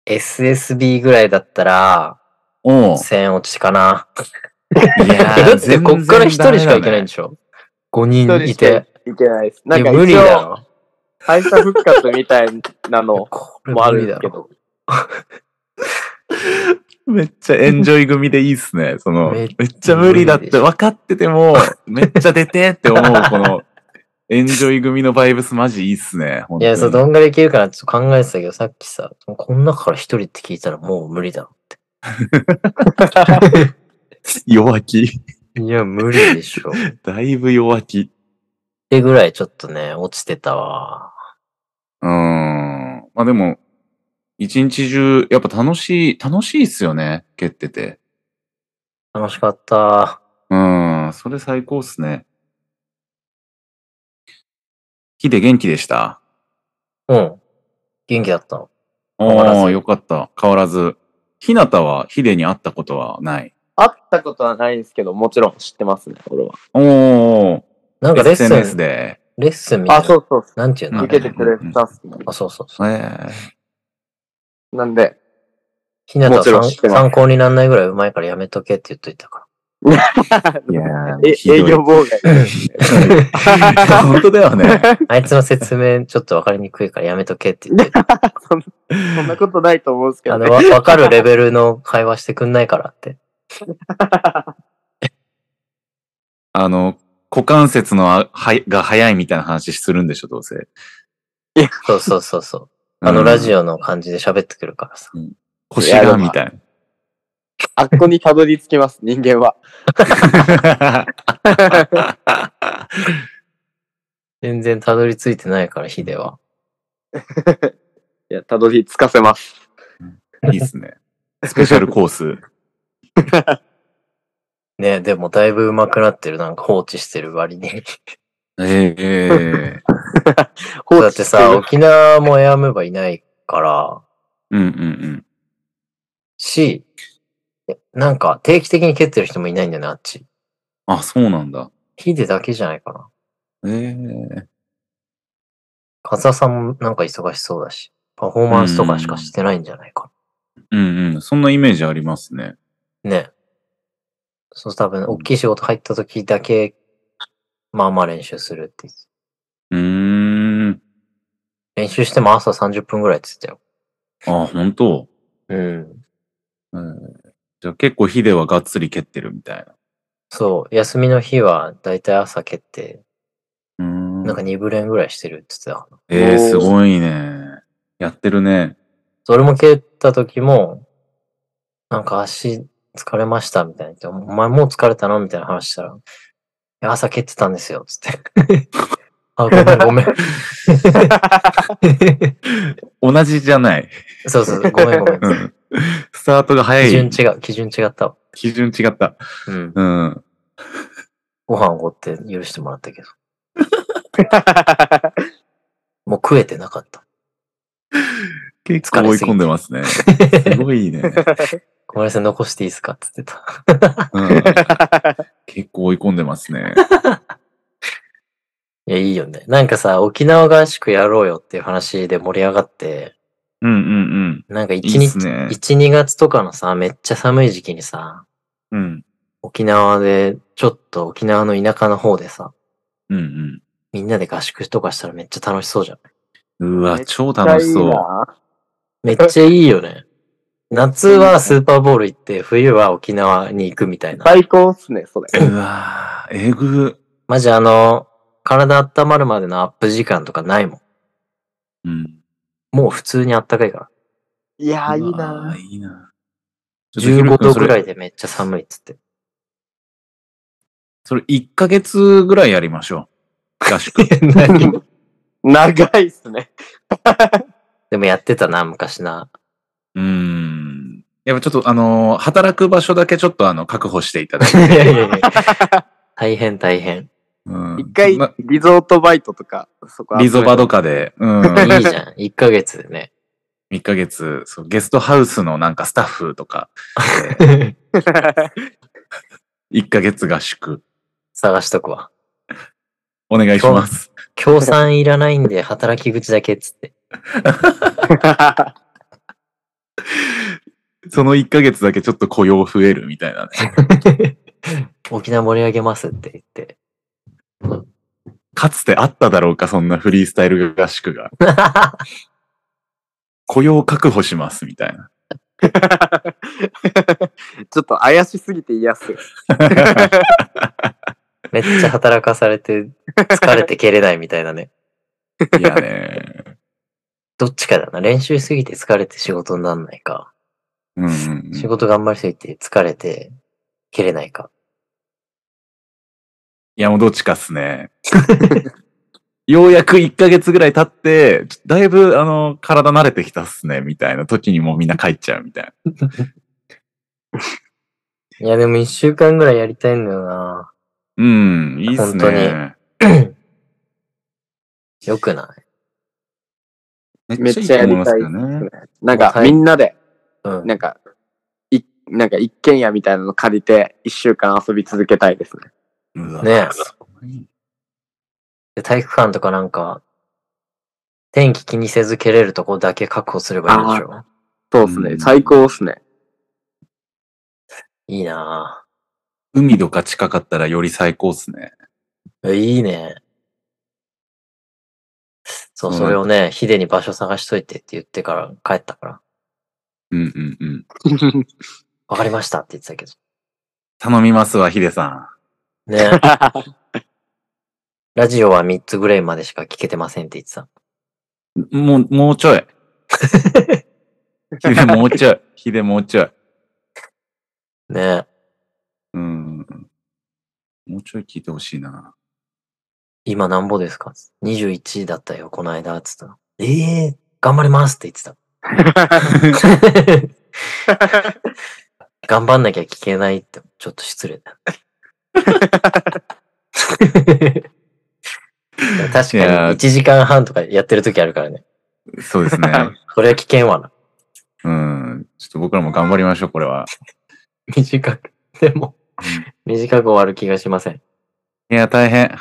S1: ー、SSB ぐらいだったら、
S2: おう。
S1: 1000落ちかな。
S2: いや
S1: えだ
S2: ー、
S1: ってこっから1人しか行けないんで
S2: し
S1: しょ ?5 人いて。。
S3: いけないです。
S1: い
S3: な
S1: や
S3: んか
S1: 無理
S3: 一
S1: だ
S3: 応、
S1: ろ。
S3: 敗者復活みたいなの
S1: これ
S3: も あ
S1: 無理
S3: るんで
S1: だ
S3: すけ
S1: ろ。
S3: ど。
S2: めっちゃエンジョイ組でいいっすね。その、
S1: め
S2: め
S1: っ
S2: っ
S1: ちゃ
S2: ちゃ無理だっ
S1: 無理でしてょ
S2: 分かって ても、めっちゃ出てって思う、この、エンジョイ組のバイブスマジいいっすね。本
S1: い
S2: 当に
S1: や、そう、どんぐらいいけるかなちょっと考えてたけど、さっきさ、こん中から1人って聞いたらもう無理だろ。
S2: 弱気。
S1: いや、無理でしょ。っ
S2: だいぶ弱気。
S1: てぐらいちょっとね、落ちてたわ。
S2: うーん。まあでも、一日中、やっぱ楽しい、楽しいっすよね。蹴ってて。
S1: 楽しかった。
S2: うーん。それ最高っすね。ヒデ元気でした
S1: うん。元気だったの。
S2: お
S1: わら
S2: ー、
S1: ず
S2: よかった。変わらず。ひなたはヒデに会ったことはない。
S3: 会ったことはないんですけど、もちろん知ってますね、俺は。
S2: おー。
S1: なんかレッスン、
S2: SNS で。
S1: レッスンみたい
S3: あ、
S1: な。
S3: そうそう。
S1: なんていうの、
S2: うん
S3: 受けてくれたっすね。
S1: あ、そうそうそう。
S2: えー
S3: なんで、
S1: ひなた
S3: もちろん
S1: は
S3: 知って
S1: 参
S3: ます
S1: 参考にならないぐらいうまいからやめとけって言っといたか
S2: いやー
S3: え
S2: ひどい
S3: 営業妨害。
S1: ら。
S2: 本当だよね。
S1: あいつの説明ちょっとわかりにくいからやめとけって言っ て、
S3: そんなことないと思うんですけ
S1: あ
S3: ど、
S1: の、
S3: ね。
S1: わわかるレベルの会話してくんないからって。
S2: あの、股関節のあはいが早いみたいな話するんでしょ、どうせ。
S1: そうそうそうそう。あのラジオの感じで喋ってくるからさ。
S2: オ腰がみたい
S3: あっこにたどり着きます、人間は。
S2: な。
S1: 全然たどり着いてないから、ヒデは。
S3: いや、たどり着かせます。
S2: いいっすね。スペシャルコース。
S1: ねでもだいぶ上手くなってる。なんか放置してる割に。
S2: ええ
S3: 放
S1: だっ
S3: 置
S1: て
S3: して
S1: さ、
S3: る
S1: 沖縄もエアムーバいないから、
S2: うんうん
S1: し、なんか定期的に蹴ってる人もいないんだよね、あっち。
S2: うん。あ、そうなんだ。
S1: ヒデだけじゃないかな。
S2: ええ
S1: 風さんもなんか忙しそうだし、パフォーマンスとかしかしてないんじゃないか
S2: うんうん。そんなイメージありますね。
S1: な。ね。そう、多分、大きい仕事入った時だけ、まあまあ練習するって言って
S2: うーん。
S1: 練習しても朝30分ぐらいって言って
S2: あ、本当。
S1: たよ。うん。
S2: うんじゃあ結構ヒデはがっつり蹴ってるみたい
S1: そう、休みの日はだいたい朝蹴って、
S2: な。うーん
S1: なんか2部練ぐらいしてるって言ってたかな。
S2: ええすごいね。やってるね。
S1: それも蹴った時も、なんか足疲れましたみたいな言って。お前もう疲れたのみたいな話したら、いや朝蹴ってたんですよ、つって。 あ、ごめんごめん。
S2: 同じじゃない。
S1: そうそう、ごめんごめん。
S2: うん。スタートが早
S1: 基準
S2: い。
S1: 違う、基準違ったわ。
S2: 基準違った。
S1: うん。
S2: うん。
S1: ご飯おごって許してもらったけど。もう食えてなかった。
S2: 結構追い込んでますね。すごいね。
S1: ごめんなさい、残していいですかって言ってた。
S2: うん、結構追い込んでますね。
S1: いや、いいよね。なんかさ、沖縄合宿やろうよっていう話で盛り上がって、
S2: うんうんうん。
S1: なんか1
S2: いいっす
S1: 日、
S2: ね。
S1: 一二月とかのさ、めっちゃ寒い時期にさ、
S2: うん。
S1: 沖縄で、ちょっと沖縄の田舎の方でさ、
S2: うん
S1: みんなで合宿とかしたらめっちゃ楽しそうじゃん。
S2: うん。うわ、超楽しそう。
S1: めっちゃいいよね。夏はスーパーボール行って、冬は沖縄に行くみたいな。
S3: 最高っすね、それ。
S2: うわえぐ。
S1: マジあの、体温まるまでのアップ時間とかないも
S2: うん。
S1: ん。もう普通に暖かいから。
S3: いやー、いいう
S2: わ
S3: な
S2: ーいいな。
S1: 15度ぐらいで
S2: で。
S1: めっちゃ寒いっつって。
S2: それ1ヶ月ぐらいやりましょう。合宿。
S3: ー。長いっすね。
S1: でもやってたな、昔な。
S2: うーん。やっぱちょっとあのー働く場所だけちょっとあの、確保していただい
S1: い
S2: て。
S1: やいやいや大変大変。
S2: うん
S3: 一回、
S2: ま
S3: リゾートバイトとか、そこ
S2: リゾバと
S3: か。
S2: かで、うん。
S1: い いじゃん。1ヶ月でね。
S2: 1ヶ月そう、ゲストハウスのなんかスタッフとか、1ヶ月合宿、
S1: 探しとくわ。
S2: お願いします。
S1: 協賛いらないんで働き口だけっつって。
S2: その1ヶ月だけちょっと雇用増えるみたいなね。
S1: 沖縄盛り上げますって言って。
S2: かつてあっただろうか、そんなフリースタイル合宿が。雇用確保しますみたいな。
S3: ちょっと怪しすぎて嫌っすよ。
S1: めっちゃ働かされて、疲れて蹴れないみたいなね。
S2: いやね。
S1: どっちかだな。練習しすぎて疲れて仕事になんないか。
S2: うんうん
S1: 仕
S2: うん、
S1: 事頑張りすぎて疲れて蹴れないか。
S2: いや、もうどっちかっすね。ようやく1ヶ月ぐらい経って、ちょだいぶ、あの、体慣れてきたっすね、みたいな時にもうみんな帰っちゃうみたいな。
S1: いや、でも1週間ぐらいやりたいんだよな。
S2: うん、いいっす
S1: 本当に
S2: ね。
S1: よくない
S3: めっちゃやりたいっすね。なんか、
S1: はい
S3: みんなで、
S1: うん。
S3: なんか、い、なんか一軒家みたいなの借りて、一週間遊び続けたいですね。
S2: うわ
S1: ね
S2: すごい
S1: で体育館とかなんか、天気気にせず蹴れるとこだけ確保すればいいんでしょ。
S3: そうっすね。
S2: うん
S3: 最高っ すね。
S1: いいな
S2: 海とか近かったらより最高っすね。
S1: ぁ。えいいね。そう、
S2: うん
S1: それをね、ヒデに場所探しといてって言ってから帰ったから、
S2: うんうんうん。
S1: わかりましたって言ってたけど。
S2: 頼みますわ、ヒデさ
S1: ね、ラジオは3つぐらいまでしか聞けてませんって言ってた。
S2: ん。もう、もうち ょい。ヒデもうちょい。ヒデもうちょい。
S1: ね、
S2: うん。もうちょい聞いてほしいな。
S1: 今なんぼですか ?21 だったよ、この間、つったの。ええー、頑張りますって言ってた。 頑張んなきゃ聞けないって、ちょっと失 礼だ。確か
S2: い
S1: に
S2: やー
S1: 1時間半とかやってる時あるからね。
S2: そう ですね。
S1: これは危険はな。
S2: うん。ちょっと僕らも頑張りましょう、これは。
S1: 短く。でも、短く終わる気がしません。
S2: いや、大変。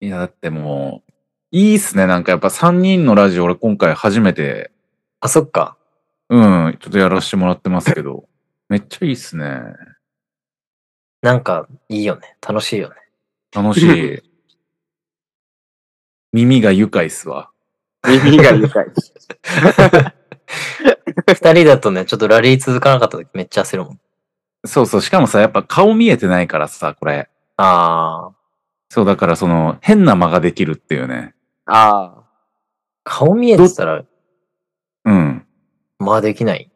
S2: いや、だってもう、いいっすね。なんかやっぱ3人のラジオ、俺今回初めて、
S1: あ、そっか。
S2: うん、ちょっとやらせてもらってますけど、めっちゃいいっすね。
S1: なんか、いいよね。楽しいよね。
S2: 楽しい。耳が愉快っすわ。
S3: 耳が痛い。
S1: 二人だとね、ちょっとラリー続かなかった時めっちゃ焦るもん。
S2: そうそう。しかもさ、やっぱ顔見えてないからさ、これ。
S1: あー、
S2: そう、だからその、変な間ができるっていうね。
S3: あ
S1: 顔見えてたら、
S2: うん。
S1: まあできない。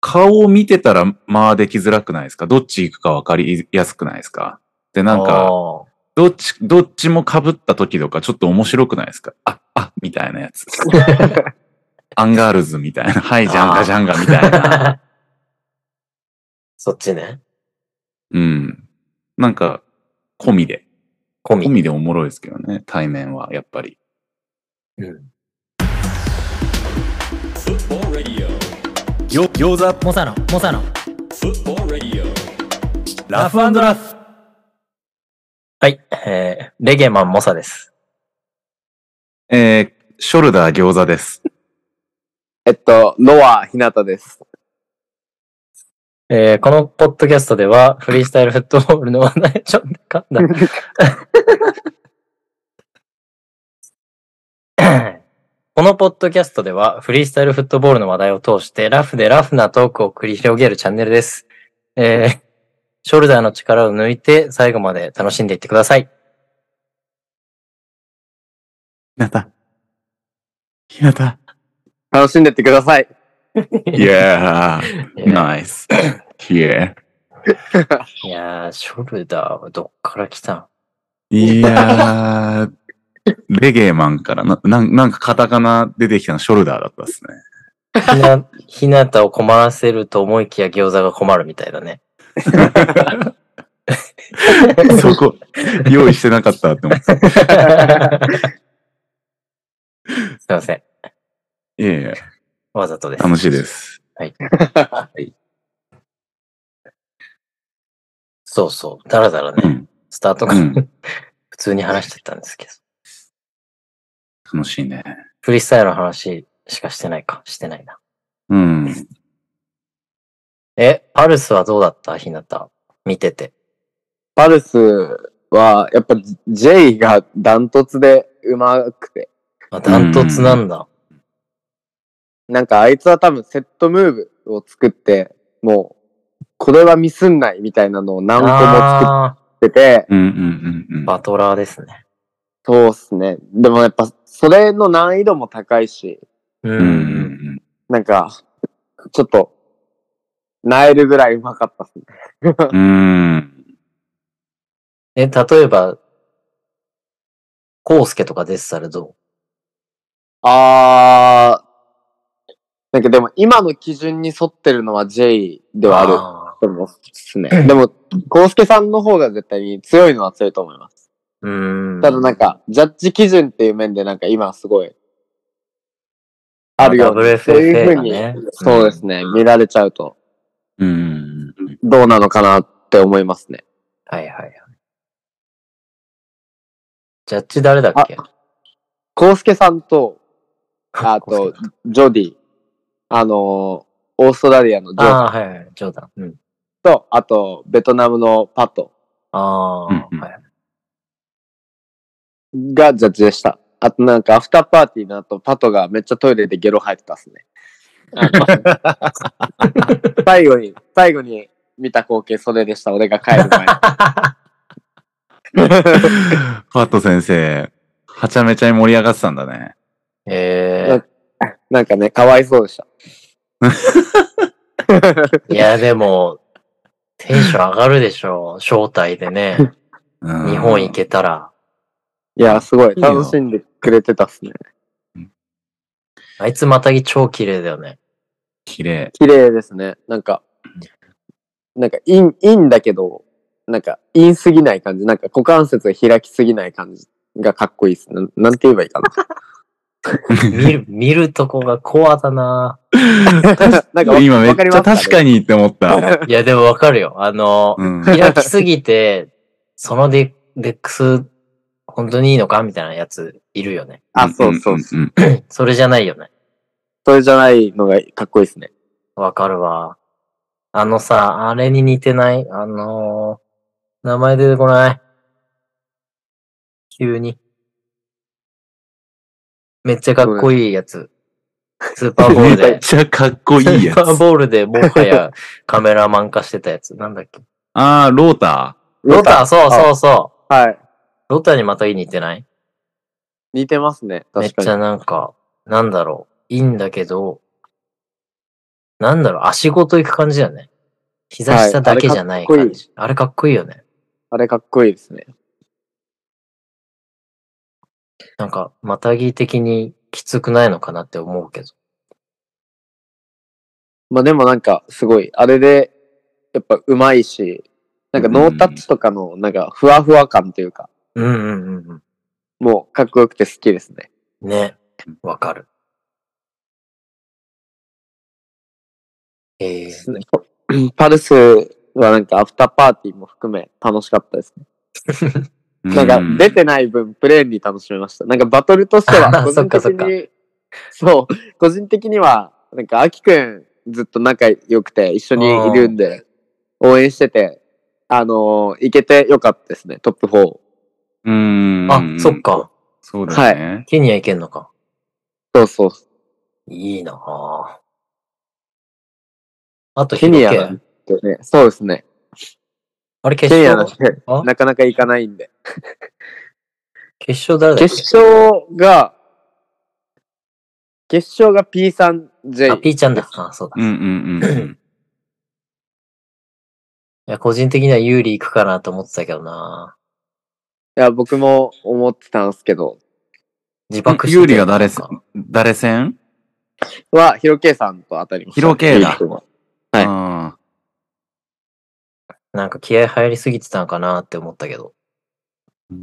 S2: 顔を見てたら、まあできづらくないですかどっち行くか分かりやすくないですかで、なんか、
S1: あー
S2: どっち、どっちも被った時とかちょっと面白くないですかあ、あ、みたいなや つ。アンガールズみたいな。はい、ジャン
S1: あー
S2: ガジャンガみたいな。
S1: そっちね。
S2: うん。なんか、込みで。
S1: 込み
S2: 込。みでおもろいですけどね。対面は、やっぱり。
S1: うん
S2: よ、餃子、
S4: モサノモサノ
S2: ラフラフ。
S1: はい。えー、レゲマンモサです。
S2: えー、ショルダー餃子です。
S3: えっと、ノア、ひなたです。
S1: えー、このポッドキャストでは、フリースタイルフットボールの話題、ちょっと噛んだ。このポッドキャストでは、フリースタイルフットボールの話題を通して、ラフでラフなトークを繰り広げるチャンネルです。えー、ショルダーの力を抜いて、最後まで楽しんでいってください。
S2: ひなた。ひなた。
S3: 楽しんでってください。
S2: いやー。
S1: いや
S2: ナイス。いや
S1: いやー、ショルダーはどっから来たん
S2: いやー。レゲエマンからな、なんなんかカタカナ出てきたのショルダーだったですね。
S1: ひな、ひなたを困らせると思いきや餃子が困るみたいだね。
S2: そこ、用意してなかったって思って。
S1: すい ません。
S2: いえいえ、
S1: わざとです。
S2: 楽しいです。
S1: そうそう。だらだらね、
S2: うん
S1: スタートが、
S2: うん
S1: 普通に話してたんですけど。
S2: 楽しいね。
S1: フリースタイルの話しかしてないか。してないな。
S2: うん。
S1: え、パルスはどうだったひなた。見てて。
S3: パルスは、やっぱ、J がダントツで上手くて。
S1: あ、ダントツなんだ。
S3: なんか、あいつは多分、セットムーブを作って、もう、これはミスんないみたいなのを何個も作
S1: あ
S3: ってて、
S2: うんうんうんう
S1: ー
S2: ん。
S1: バトラーですね。
S3: そうっすね。でもやっぱ、それの難易度も高いし、
S1: う。
S2: うんうんん
S3: なんか、ちょっと、なえるぐらいうまかったっすね。
S2: うん。うん。
S1: え、例えば、コウスケとか出てたらど
S3: あー、なんかでも今の基準に沿ってるのは J で
S1: う
S3: はある
S1: あ
S3: と思うっすね。でも、コウスケさんの方が絶対に強いのは強いと思います。
S1: る。うーん。
S3: ただなんか、ジャッジ基準っていう面でなんか今すごい、あるよう
S1: まあ
S3: に、そういうふ
S1: WFFA
S3: う
S1: が
S3: に
S1: ね、
S3: そうですね、見られちゃうと、
S2: うん。
S3: どうなのかなって思いますね。
S1: はいはいはい。ジャッジ誰だっけ
S3: コウスケさんと、あと、ジョディ。あのー、オーストラリアのジョディ
S1: ああー、はいはい、ジョーダン。うん。
S3: と、あと、ベトナムのパト
S1: ああ、
S2: うんうん
S1: はい。
S3: がジャッジでした。あとなんか、アフターパーティーの後、パトがめっちゃトイレでゲロ吐いてたっ すね。あの最後に、最後に見た光景、それでした。俺が帰る前。
S2: ファット先生、はちゃめちゃに盛り上がってたんだね。
S1: え
S3: なんかね、かわいそうでした。
S1: えいや、でも、テンション上がるでしょう。招待でね、
S2: うん
S1: 日本行けたら。
S3: いや、すごい。
S2: いよ
S3: 楽しんでくれてたっすね。
S1: あいつまたぎ超綺麗だよね。
S2: 綺麗。
S3: 綺麗ですね。なんか、なんか、イン、インだけど、なんか、インすぎない感じ。なんか、股関節が開きすぎない感じがかっこいいですね。なんて言えばいいかな。
S1: 見る、見るとこがコアだな
S3: なんかわ、
S2: 今めっ
S3: わかり
S2: ち
S3: ま
S2: ゃ
S3: すかね
S2: 確かにって思った。
S1: いや、でもわかるよ。あの、
S2: うん。
S1: 開きすぎて、そのデデックス、本当にいいのかみたいなやついるよね。
S3: あ、そうそうそう。
S2: んん
S1: それじゃないよね。
S3: それじゃないのがかっこいいですね。
S1: わかるわ。あのさ、あれに似てないあのー名前出てこない。急に。めっちゃかっこいいやつ。スーパーボー
S2: め
S1: ル
S2: っ
S1: で。
S2: ちゃ かっこいいや
S1: スーパー
S2: つ。
S1: ボールでもはやカメラマン化してたやつ。なんだっけ。
S2: ああ、ロータ
S1: ロタ、そうそうそ
S3: タ。はい。
S1: う。ロタにまた似てない
S3: 似てますね。
S1: めっ
S3: 確か
S1: ち
S3: に。
S1: ゃなんか、なんだろう。いいんだけど、なんだろう、足ごと行く感じだよね。膝下だけじゃない
S3: はいあれ
S1: 感じ。あれかっこいいよね。
S3: あれかっこいいですね。
S1: なんか、またぎ的にきつくないのかなって思うけど。
S3: まあでもなんか、すごい、あれで、やっぱうまいし、なんかノータッチとかの、なんか、ふわふわ感というか、
S1: うんうんうん
S3: もうかっこよくて好きですね。
S1: うん。ね。わかる。ええ
S3: ですねパルスはなんかアフターパーティーも含め楽しかったですね。
S2: ー。
S3: なんか
S2: う
S3: 出てない分プレーンに楽しめました。なんかバトルとして は個
S1: そっ
S3: 人
S1: か
S3: 的
S1: そっか
S3: に、そう、個人的には、なんかアキくんずっと仲良くて一緒にいるんで、応援してて、あのー、行けてよかったですね、トップ4。
S2: うーん。
S1: あ、そっ。か。
S2: そうだよね。
S1: ケニア行けんのか。
S3: そうそう。
S1: いいなぁ。あと、
S3: ケニア
S1: ヒロ
S3: なんてね、そうですね。
S1: あれ決
S3: ケニア
S1: 勝
S3: なんて
S1: あ
S3: なかなか行かないんで。
S1: 決勝誰だっけ
S3: 決勝が、決勝が P3J。
S1: あ、ピーちゃんだ。あ、そうだ。
S2: うんうんうんうん。
S1: いや、個人的には有利行くかなと思ってたけどない
S3: や、僕も思ってたんですけど、
S1: 自爆してた
S2: 有利が
S1: な
S2: 誰
S1: ん
S2: せ
S1: か、
S2: 誰戦
S3: は、ヒロケイさんと当たりまし
S2: ヒ
S3: た。
S2: ロケイだ
S3: いい人がはい
S2: あ
S1: なんか気合入りすぎてたのかなって思ったけ ど。
S2: ー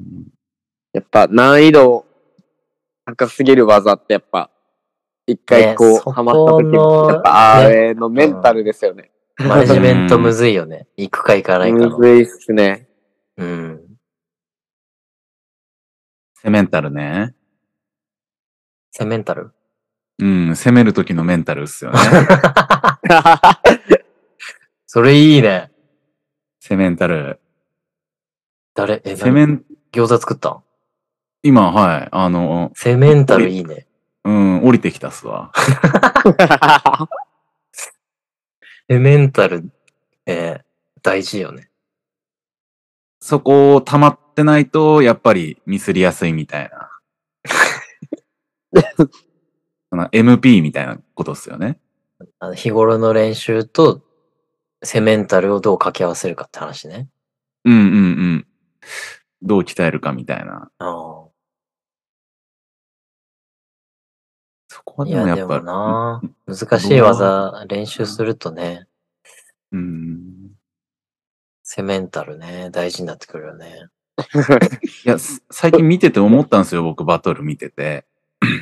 S3: やっぱ難易度高すぎる技ってやっぱ、一回
S1: ね
S3: こう、
S1: そこの
S3: ハマった時に、やっぱあれのメンタルですよね。
S1: マネジメントむずいよね。行くか行かないか
S3: む
S1: の。
S3: ずいっすね。
S1: うん。
S2: セメンタルね。
S1: セメンタル
S2: うん、攻める時のメンタルっす よね。
S1: それいいね。
S2: セメンタル。
S1: 誰え、
S2: セメ
S1: 何
S2: ン、
S1: 餃子作ったん
S2: 今、はい、あの、
S1: セメンタルいいね。
S2: うん、降りてきたっすわ。
S1: セメンタル、えー大事よね。
S2: そこを溜まってないと、やっぱりミスりやすいみたいな。 その MP みたいなことっすよね。
S1: あの日頃の練習と、セメンタルをどう掛け合わせるかって話ね。
S2: うんうんうん。どう鍛えるかみたいな。
S1: あー
S2: そこはいでも
S1: や、
S2: や
S1: で
S2: っぱ
S1: も、な難しい技、練習するとね、
S2: うん。
S1: セメンタルね、大事になってくるよね。
S2: いや、す最近見てて思ったんですよ、僕バトル見てて。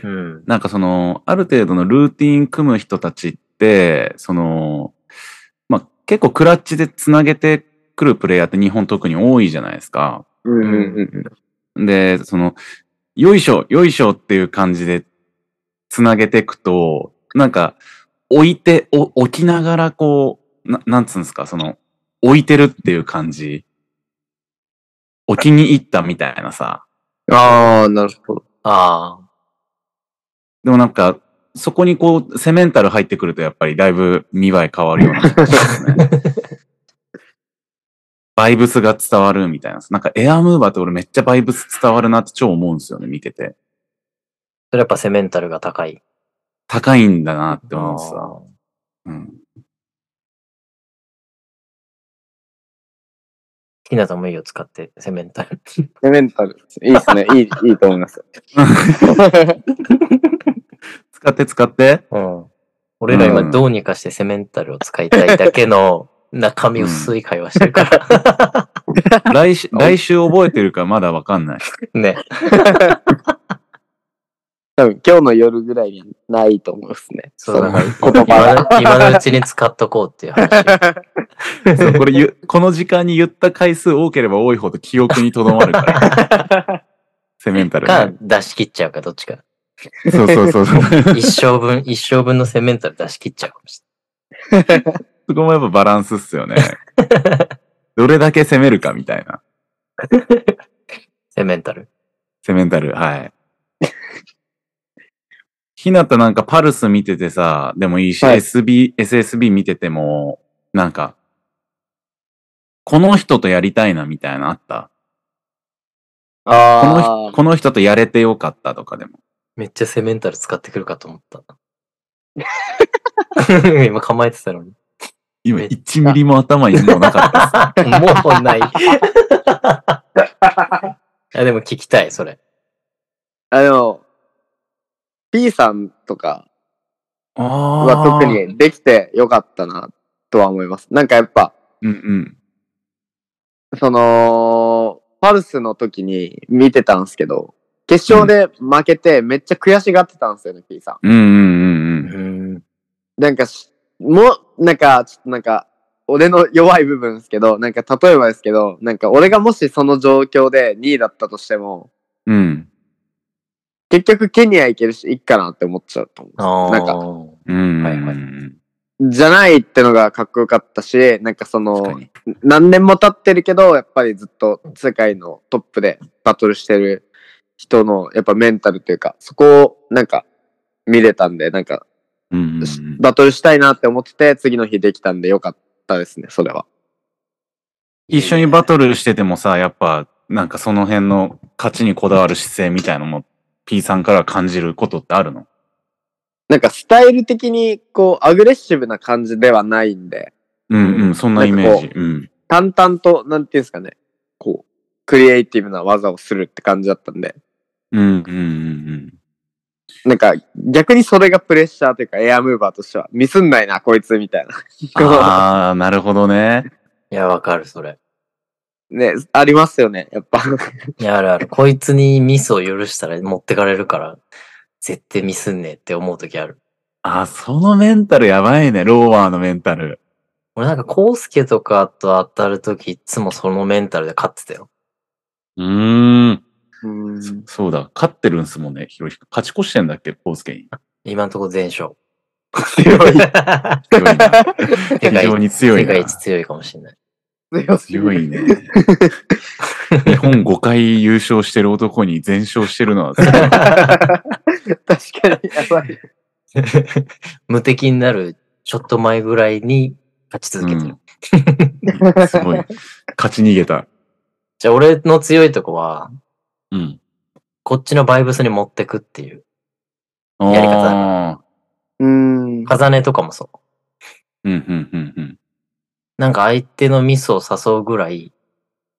S1: うん。
S2: なんかその、ある程度のルーティン組む人たちって、その、まあ、結構クラッチでつなげてくるプレイヤーって日本特に多いじゃないですか。
S3: うんうんうんうん。
S2: で、その、よいしょ、よいしょっていう感じでつなげていくと、なんか、置いて、お置きながらこう、ななんつうんですか、その、置いてるっていう感じ。置きに行ったみたいなさ。
S3: ああ、なるほど。
S1: ああ。
S2: でもなんか、そこにこう、セメンタル入ってくるとやっぱりだいぶ見栄え変わるような感じですね。バイブスが伝わるみたいな。なんかエアムーバーって俺めっちゃバイブス伝わるなって超思うんですよね、見てて。
S1: それやっぱセメンタルが高い。
S2: 高いんだなって思うさ。
S1: あ
S2: うん。
S1: ーひなたもいいよ、使って、セメンタル。
S3: セメンタル。いいですね。いい、いいと思います。
S2: 使って使って。
S1: うん。俺ら今どうにかしてセメンタルを使いたいだけの中身薄い会話してる から。
S2: 来週、来週覚えてるかまだわかんない。
S1: ね。
S3: 多分今日の夜ぐらいにはないと思いますね。
S1: そう、だ
S3: の
S1: から
S3: 言葉が。
S1: 今の今のうちに使っとこうっていう話。
S2: そうこ れ言う、この時間に言った回数多ければ多いほど記憶にとどまるから。 セメンタル、
S1: か
S2: ね。、
S1: 出し切っ ちゃうか、どっちか。
S2: そうそうそうそう。
S1: 一生分、一生分のセメンタル出し切っちゃうかもし
S2: そこもやっぱバランスっす よね。どれだけ攻めるかみたいな。
S1: れない。セメンタル。
S2: セメンタル、はい。ひなたなんかパルス見ててさ、でもいいし、
S3: はい
S2: SB、SSB 見てても、なんか、この人とやりたいなみたいなのあった。この
S3: あ
S2: 人この人とやれてよかったとかでも。
S1: めっちゃセメンタル使ってくるかと思っ た。今構えてたのに。
S2: 今
S1: めっ
S2: 1ミリも頭にもなか ったっす。
S1: もう ない。いやでも聞きたい、それ。
S3: あ。あの、P さんとかは
S2: ああ。
S3: 特。にできてよかったなとは思います。なんかやっぱ、
S2: うんうん。
S3: その、パルスの時に見てたんですけど、決勝で負けてめっちゃ悔しがってたんですよね、P さん。
S2: うんうんうんうん。
S1: ん。
S3: なんかし、もう、なんか、ちょっとなんか、俺の弱い部分ですけど、なんか例えばですけど、なんか俺がもしその状況で2位だったとしても、
S2: うん。
S3: 結局ケニア行けるし、いっかなって思っちゃうと思
S1: ああ。
S3: なんか
S2: うんうんうん。
S1: はいはいう
S3: う。じゃないってのがかっこよかったし、なんかそ
S2: ん。確か
S3: の、
S2: に。
S3: 何年も経ってるけど、やっぱりずっと世界のトップでバトルしてる人の、やっぱメンタルというか、そこをなんか見れたんで、なんか、
S2: うんうんうん。
S3: バトルしたいなって思ってて、次の日できたんでよかったですね、それは。
S2: 一緒にバトルしててもさ、やっぱ、なんかその辺の勝ちにこだわる姿勢みたいのも、P さんから感じることってあるの
S3: なんかスタイル的にこうアグレッシブな感じではないんで、
S2: うんうん、そんなイメージ
S3: なん。
S2: うん。
S3: 淡々と、なんていうんですかね、こう、クリエイティブな技をするって感じだったんで、
S2: うんうん うん
S3: なんか逆にそれがプレッシャーというかエアムーバーとしては、ミスんないな、こいつみたいな。
S2: うん。ああ、なるほどね。
S1: いや、わかる、それ。
S3: ね、ありますよね、やっぱ。
S1: いや、あるある。こいつにミスを許したら持ってかれるから、絶対ミスんねえって思うときある。
S2: あーそのメンタルやばいね、ローワーのメンタル。
S1: 俺なんか、コウスケとかと当たるとき、いつもそのメンタルで勝ってたよ。
S2: うーん。
S3: うん
S2: そそうだ、勝ってるんすもんね、ひろひ勝ち越してんだっけ、コウス ケに。
S1: 今んとこ全勝。
S3: 強い。
S2: 強 いな非
S1: 世界
S2: 常
S1: 一
S2: に強い
S1: 世
S2: な
S1: 界。一強いかもしれない。
S3: 強すぎる
S2: 強いね。日本5回優勝してる男に全勝してるのは、
S3: 確かに、やばい。
S1: 無敵になるちょっと前ぐらいに勝ち続けてる。
S2: うんすごい。勝ち逃げた。
S1: じゃあ俺の強いとこは、
S2: うん。
S1: こっちのバイブスに持ってくっていう。
S2: や
S1: り方だ
S3: うん。
S1: 風音とかもそう。
S2: うん、うん、うん、
S1: なんか相手のミスを誘うぐらい、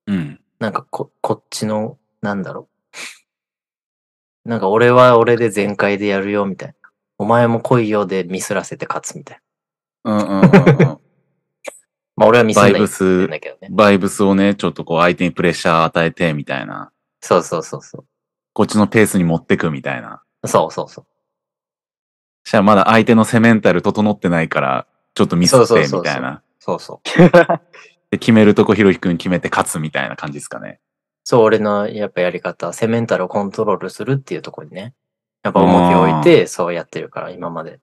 S2: うん。うん。
S1: なんかこ、こっちの、なんだろう。なんか俺は俺で全開でやるよみたいな。お前も来いよでミスらせて勝つみたいな。
S2: うんうんうんうん
S1: まあ俺はミスんない
S2: バイブス
S1: って言うんだけどね。
S2: バイブスをね、ちょっとこう相手にプレッシャー与えて、みたいな。
S1: そうそうそうそ
S2: こっちのペースに持ってくみたいな。
S1: う。そうそうそう。
S2: そしたらまだ相手のセメンタル整ってないから、ちょっとミス
S1: そう
S2: っ
S1: そう
S2: て、
S1: そうそう
S2: みたいな。
S1: そうそう。
S2: で、決めるとこひろひくん決めて勝つみたいな感じですかね。
S1: そう、俺のやっぱやり方、セメンタルをコントロールするっていうところにね、やっぱ重きを置いて、そうやってるから、今まで。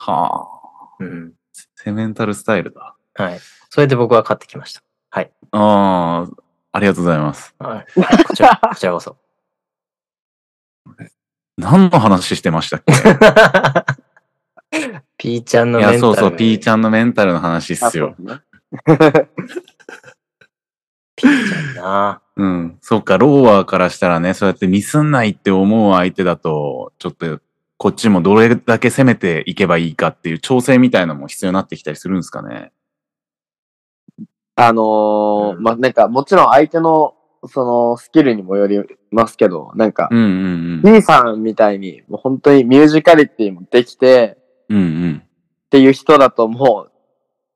S2: はあ。
S1: うん。
S2: セメンタルスタイルだ。
S1: はい。それで僕は買ってきました。
S2: ああ、ありがとうございます。
S1: はい。こちら、こちらこそ。
S2: 何の話してました っけ
S1: ピーちゃんの
S2: い
S1: メンタル。
S2: や、そうそう、ピーち
S1: ゃん。
S2: ゃんのメンタルの話っすよ。
S3: あ。
S1: な
S2: うん。そっか、ローワーからしたらね、そうやってミスんないって思う相手だと、ちょっと、こっちもどれだけ攻めていけばいいかっていう調整みたいのも必要になってきたりするんですかね。
S3: あのー
S1: うん
S3: まあ、なんか、もちろん相手の、その、スキルにもよりますけど、なんか
S2: う、んうんうん。
S3: 兄さんみたいに、もう本当にミュージカリティもできて、
S2: うんうん。
S3: っていう人だともう、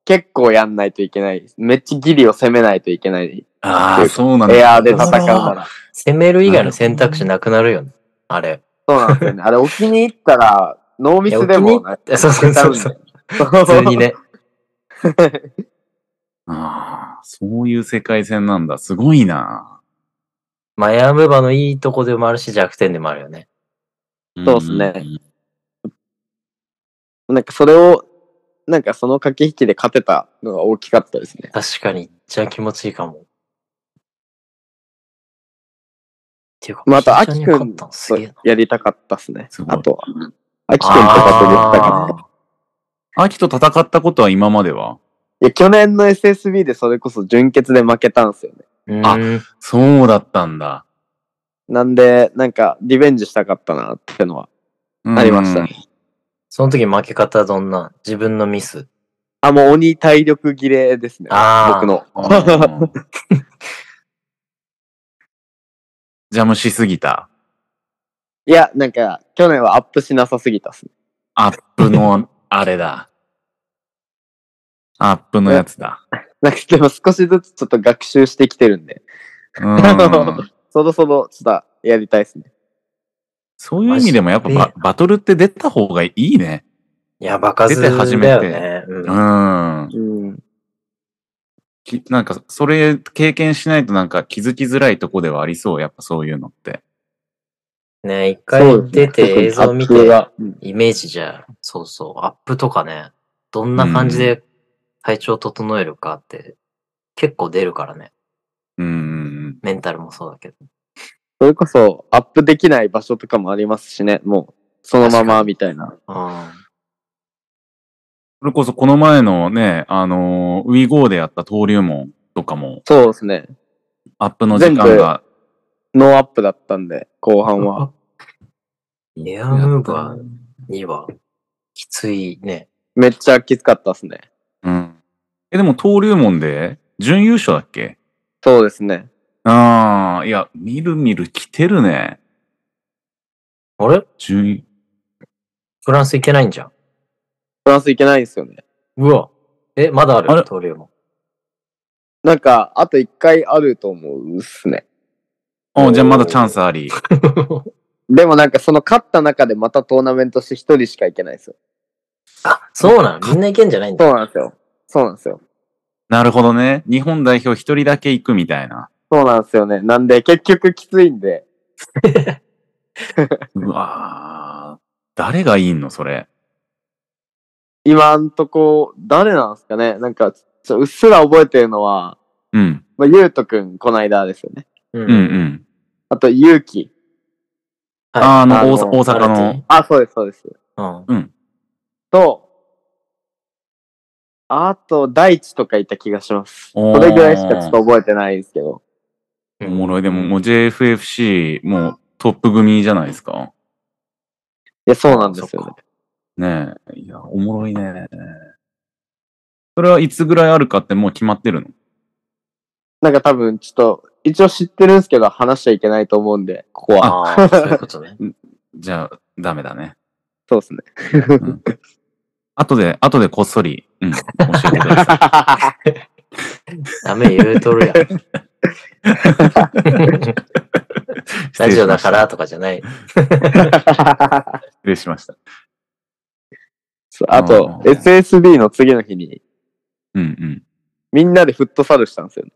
S3: 結構やんないといけない。めっちゃギリを攻めないといけない。
S2: ああ、そうなんだ。
S3: エアーで戦うなら。
S1: 攻める以外の選択肢なくなるよね。あれ。
S3: そうなんですよね。あれ、お気に入ったら、ノーミスで
S1: いや
S3: も
S1: お気に入ったそうそうそうそう。
S3: 普
S1: 普通に。ね。
S2: ああ、そういう世界線なんだ。すごいな。
S1: マヤムーバのいいとこでもあるし、弱点でもあるよね。
S3: そうっすね
S2: んうん
S3: なんか、それを、なんか、その駆け引きで勝てたのが大きかったですね。
S1: 確かに、一番気持ちいいかも。っていうか、
S3: また、
S1: ピーちゃ
S3: ア
S1: ん
S3: キ
S1: に
S3: く
S1: 勝っ
S3: ん
S1: た
S3: と
S1: のすげえな。
S3: やりたかったっすね
S2: す。ごい
S3: あとは。アキくんとかとでしたから
S1: あ
S3: ね。
S1: あ。
S2: 秋と戦ったことは今まではい
S3: や、去年の SSB でそれこそ準決で負けたんすよね。
S2: あ
S1: うん
S2: そうだったんだ。
S3: なんで、なんか、リベンジしたかったなってのは
S2: うん
S3: ありましたね。
S1: その時負け方どんな自分のミス。
S3: あ、もう鬼体力切れですね。
S1: あー
S3: 僕の。
S2: うんジャムしすぎた。
S3: いや、なんか、去年はアップしなさすぎたっすね。
S2: アップの、あれだ。アップのやつだ。
S3: なんか、でも少しずつちょっと学習してきてるんで、
S2: うん
S3: そろそろちょっとやりたいっすね。
S2: そういう意味でもやっぱババトルって出た方がいいね。
S1: いや、バカずだ
S2: 出て初め
S1: よ
S2: て
S1: ね。う
S2: うんん。
S3: うん。
S2: きなんか、それ経験しないとなんか気づきづらいとこではありそう。やっぱそういうのって。
S1: ね一
S3: そう
S1: 回出て映像見て、
S3: うん
S1: イメージじゃ、そうそう、アップとかね、どんな感じで体調整えるかって、結構出るからね。
S2: うん。
S1: メンタルもそうだけど。
S3: それこそ、アップできない場所とかもありますしね、もう、そのままみたいな。
S1: うん。
S2: それこそこの前のね、あのーウィゴーでやった登竜門とかも、
S3: そうですね。
S2: アップの時間が。
S3: ノーアップだったんで、後半は。
S1: エアムーバーには、きついね。
S3: めっちゃきつかったっすね。
S2: うん。え、でも登竜門で、準優勝だっけ
S3: そうですね。
S2: ああ、いや、みるみる来てるね。
S1: あれ
S2: 準、
S1: フランス行けないんじゃん。
S3: フランス行けないんですよね。
S1: うわ。え、まだある
S2: あれ
S1: 登竜も。
S3: なんか、あと一回あると思うっすね。
S2: あじゃあまだチャンスあり。
S3: でもなんか、その勝った中でまたトーナメントして一人しか行けないんですよ。
S1: あ、そうなのみんな行けんじゃないんだ。
S3: そうなんですよ。そうなんですよ。
S2: なるほどね。日本代表一人だけ行くみたいな。
S3: そうなんですよね。なんで、結局きついんで。
S2: うわー誰がいいのそれ。
S3: 今んとこ、誰なんですかねなんか、ちょうっすら覚えてるのは、
S2: うん。
S3: まあ、ゆうとくん、こないだですよね。
S1: う
S2: うんう。ん。
S3: あと、ゆうき。
S1: はい
S2: あーあの、
S3: あの
S2: 大阪大阪
S1: あれ
S2: の
S1: でいい。
S3: あ、そうです、そうです。
S1: うん。
S3: と、あと、大地とかいた気がします。
S2: おー
S3: それぐらいしかちょっと覚えてないですけど。
S1: お
S2: おもろい。でも、もう JFFC、もうトップ組じゃないですか。
S3: いや、そうなんですよね。
S2: ねえ。いや、おもろいね。それはいつぐらいあるかってもう決まってるの
S3: なんか多分、ちょっと、一応知ってるんですけど、話しちゃいけないと思うんで、ここは。
S1: ああ、そういうことね。
S2: じゃあ、ダメだね。
S3: そうですね。
S2: 後で、後でこっそり、うん、教えてください。
S1: ダメ言うとるやん。 ラジオだからとかじゃない。
S2: 失礼しました。
S3: そうあと
S2: あ、ー
S3: SSB の次の日に、
S2: うん
S3: みんなでフットサルしたんですよ、ね。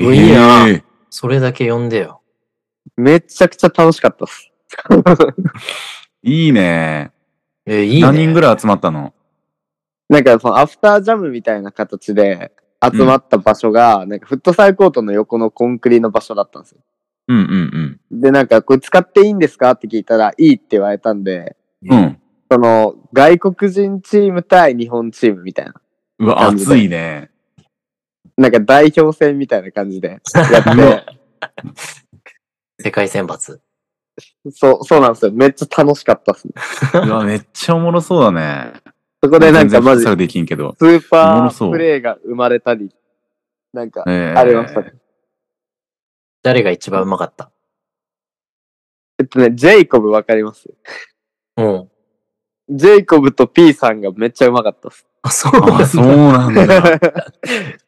S2: うん。
S1: いいな
S2: ええ
S1: それだけ呼んでよ。
S3: めちゃくちゃ楽しかったっす。
S2: いいね。
S1: え、いいね。
S2: 何人ぐらい集まったの
S3: なんかそのアフタージャムみたいな形で集まった場所が、なんかフットサルコートの横のコンクリの場所だったんですよ。
S2: うんうん
S3: で、なんかこれ使っていいんですかって聞いたら、いいって言われたんで、
S2: うん。うん。
S3: その外国人チーム対日本チームみたいな。
S2: うわ、熱いね。
S3: なんか代表戦みたいな感じでや
S2: うわ
S3: っ
S1: 世界選抜。
S3: て、そう、そうなんですよ。めっちゃ楽しかったっすね。
S2: うわ、めっちゃおもろそうだね。
S3: そこでなんかマ
S2: 全然フット
S3: ジ
S2: サル
S3: ス
S2: できんけど。
S3: ー
S2: おも
S3: パ
S2: ろそ
S3: ー
S2: う
S3: プレイが生まれたり、なんか
S2: えー
S3: ありましたね。
S1: 誰が一番うまかった
S3: えっとね、ジェイコブわかります
S1: うん。
S3: ジェイコブと P さんがめっちゃうまかったっす。
S1: あ、そうなん
S2: あ、
S1: だ。
S2: そうなん だ。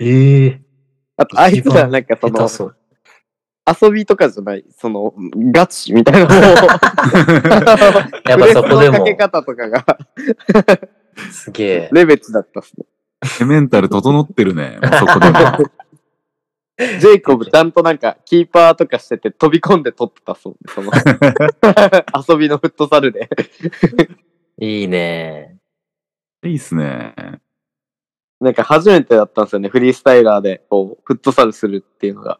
S1: ええ
S3: あと、あいつらなんかそ
S1: 下手
S3: の、
S1: そう。
S3: 遊びとかじゃない、その、ガチみ たいなのを、
S1: やっぱそこで
S3: プレスのか
S1: も
S3: け、 方とかが、
S1: すげえ。
S3: レベチだったっすね。
S2: メンタル整ってるね。もうそこでも。
S3: ジェ イコブちゃんとなんか、キーパーとかしてて飛び込んで取ってたそう ねその、遊びのフットサルで。
S1: いいね。
S2: いいっすね。
S3: なんか初めてだったんですよね、フリースタイラーで、こう、フットサルするっていうのが。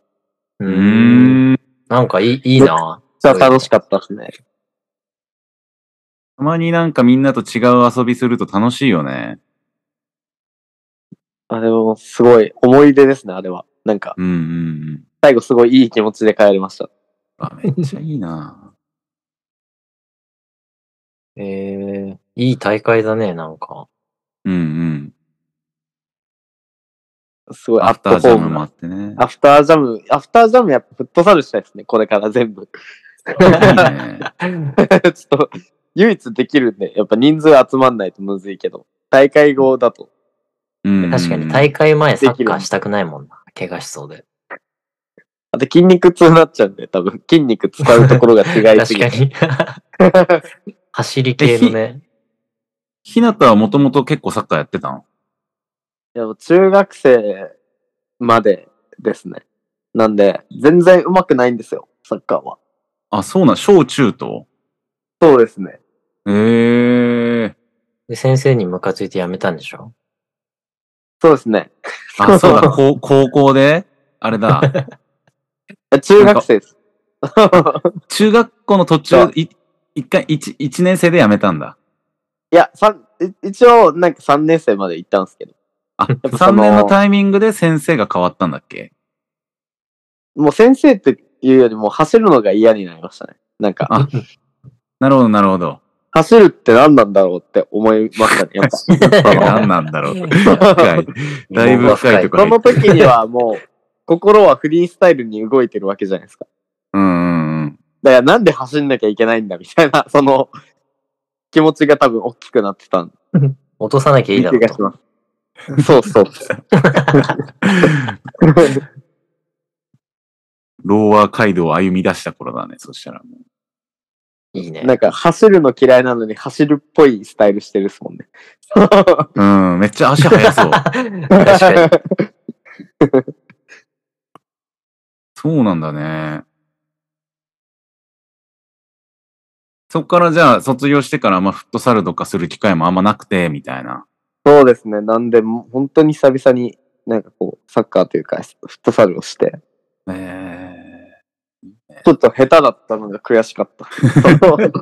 S1: う
S2: う
S1: ーん。
S2: ーん。
S1: なんかいい、いいな。
S3: じゃ楽しかったですね。
S2: たまになんかみんなと違う遊びすると楽しいよね。
S3: あれもすごい思い出ですね、あれは。なんか、
S2: うんうんうん。
S3: 最後すごいいい気持ちで帰りました。
S2: あ、めっちゃいいな。
S1: ええいい大会だね、なんか。
S2: うんうん。
S3: すごいア
S2: ア
S3: ッ
S2: フター
S3: ト
S2: ジ
S3: ホ
S2: ャ
S3: ー
S2: ム
S3: ム
S2: もあ
S3: な。
S2: ってね。
S3: アフタージャム、アフタージャムやっぱフットサルしたいですね、これから全部。
S2: い いね。
S3: ちょっと、唯一できるんで、やっぱ人数集まんないとむずいけど、大会後だと。
S2: うんうん
S1: 確かに大会前サッカーしたくないもんな。怪我しそうで。
S3: あと筋肉痛になっちゃうんで、多分筋肉使うところが違い す
S1: 確
S3: ぎ
S1: か
S3: て。
S1: に。 走り系のね。
S2: ひなたはもともと結構サッカーやってたの
S3: でも中学生までですね。なんで、全然上手くないんですよ、サッカーは。
S2: あ、そうなん、小中と
S3: そうですね。
S2: へえー。
S1: で、先生にムカついて辞めたんでしょ
S3: そうですね。
S2: あ、そうだ、こう高校であれだ。
S3: 中学生です。
S2: 中学校の途
S3: そう
S2: 中、い一回、一、一年生で辞めたんだ。
S3: いや、三い一応、なんか3年生まで行ったんですけど、
S2: あ、
S3: ぱその
S2: 3年のタイミングで先生が変わったんだっけ
S3: もう先生っていうよりも走るのが嫌になりましたね。なんか、
S2: あ、なるほど、なるほど。
S3: 走るって何なんだろうって思いましたね、やっぱ。
S2: 何なんだろう。 深い。だいぶ深いとこ
S3: そ
S2: ろ
S3: の
S2: に。
S3: 時にはもう、心はフリースタイルに動いてるわけじゃないですか。
S2: うんうんうん。
S3: だからなんで走んなきゃいけないんだみたいな、 その、気持ちが多分大きくなってたん
S1: 落とさなきゃいいだろ
S3: 気
S1: う
S3: がし
S1: と。
S3: ます。そう そう。
S2: ローアー街道を歩み出した頃だね、そしたら。
S1: いいね。
S3: なんか走るの嫌いなのに走るっぽいスタイルしてるっすもんね。
S2: うん、めっちゃ足速そう。
S1: 確かに。
S2: そうなんだね。そっからじゃあ卒業してからあんまフットサルとかする機会もあんまなくて、みたいな。
S3: そうですね。なんで、もう本当に久々に、なんかこう、サッカーというか、フットサルをして、
S2: え
S3: ちょっと下手だったのが悔しかった。
S2: ー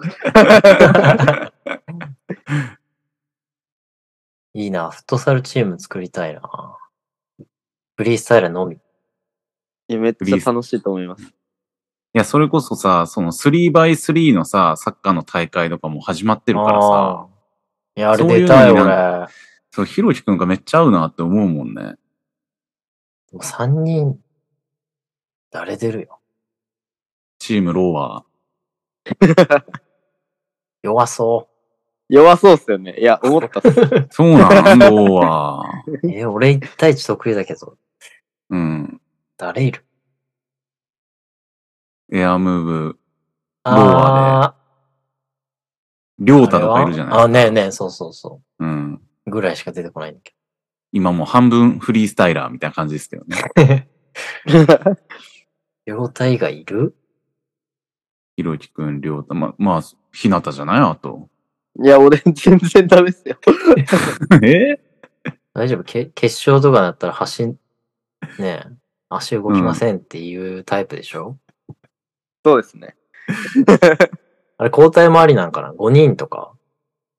S1: いいな。フットサルチーム作りたいな。フリースタイルのみ。
S3: いやめっちゃ楽しいと思います。
S2: いや、それこそさ、その 3x3 のさ、サッカーの大会とかも始まってるからさ、
S1: あー。いや、あれ
S2: そういう
S1: 出たい、
S2: のに
S1: 俺。
S2: そう、ひろきくんがめっちゃ合うなって思うもんね。
S1: もう3人、誰出るよ。
S2: チームローア
S1: 弱そ
S3: 弱そうっすよね。いや、思ったっす。
S1: う
S2: ー。。そうなん、ローアー。
S1: え、俺1対1得意だけど、
S2: うん。
S1: 誰いる
S2: エアムーブ、ロー
S1: ああ
S2: アりょ
S1: ー、
S2: うたとかいるじゃ
S1: あれはあ、
S2: ない
S1: ねえねえ、そうそうそ
S2: うん。
S1: う。ぐらいしか出てこないんだけ
S2: 今もう半分フリースタイラーみたいな感じですけど ね。
S1: ど。両体がいる
S2: ひろゆきくん、りょうた、ま、まあ、ひなたじゃないあと。
S3: いや、俺、全然ダメっすよ。
S2: え
S1: 大丈夫け決勝とかだったら走ん、ねえ、足動きませんっていうタイプでしょ、
S3: そうですね。
S1: あれ交代もありなんかな ?5 人とか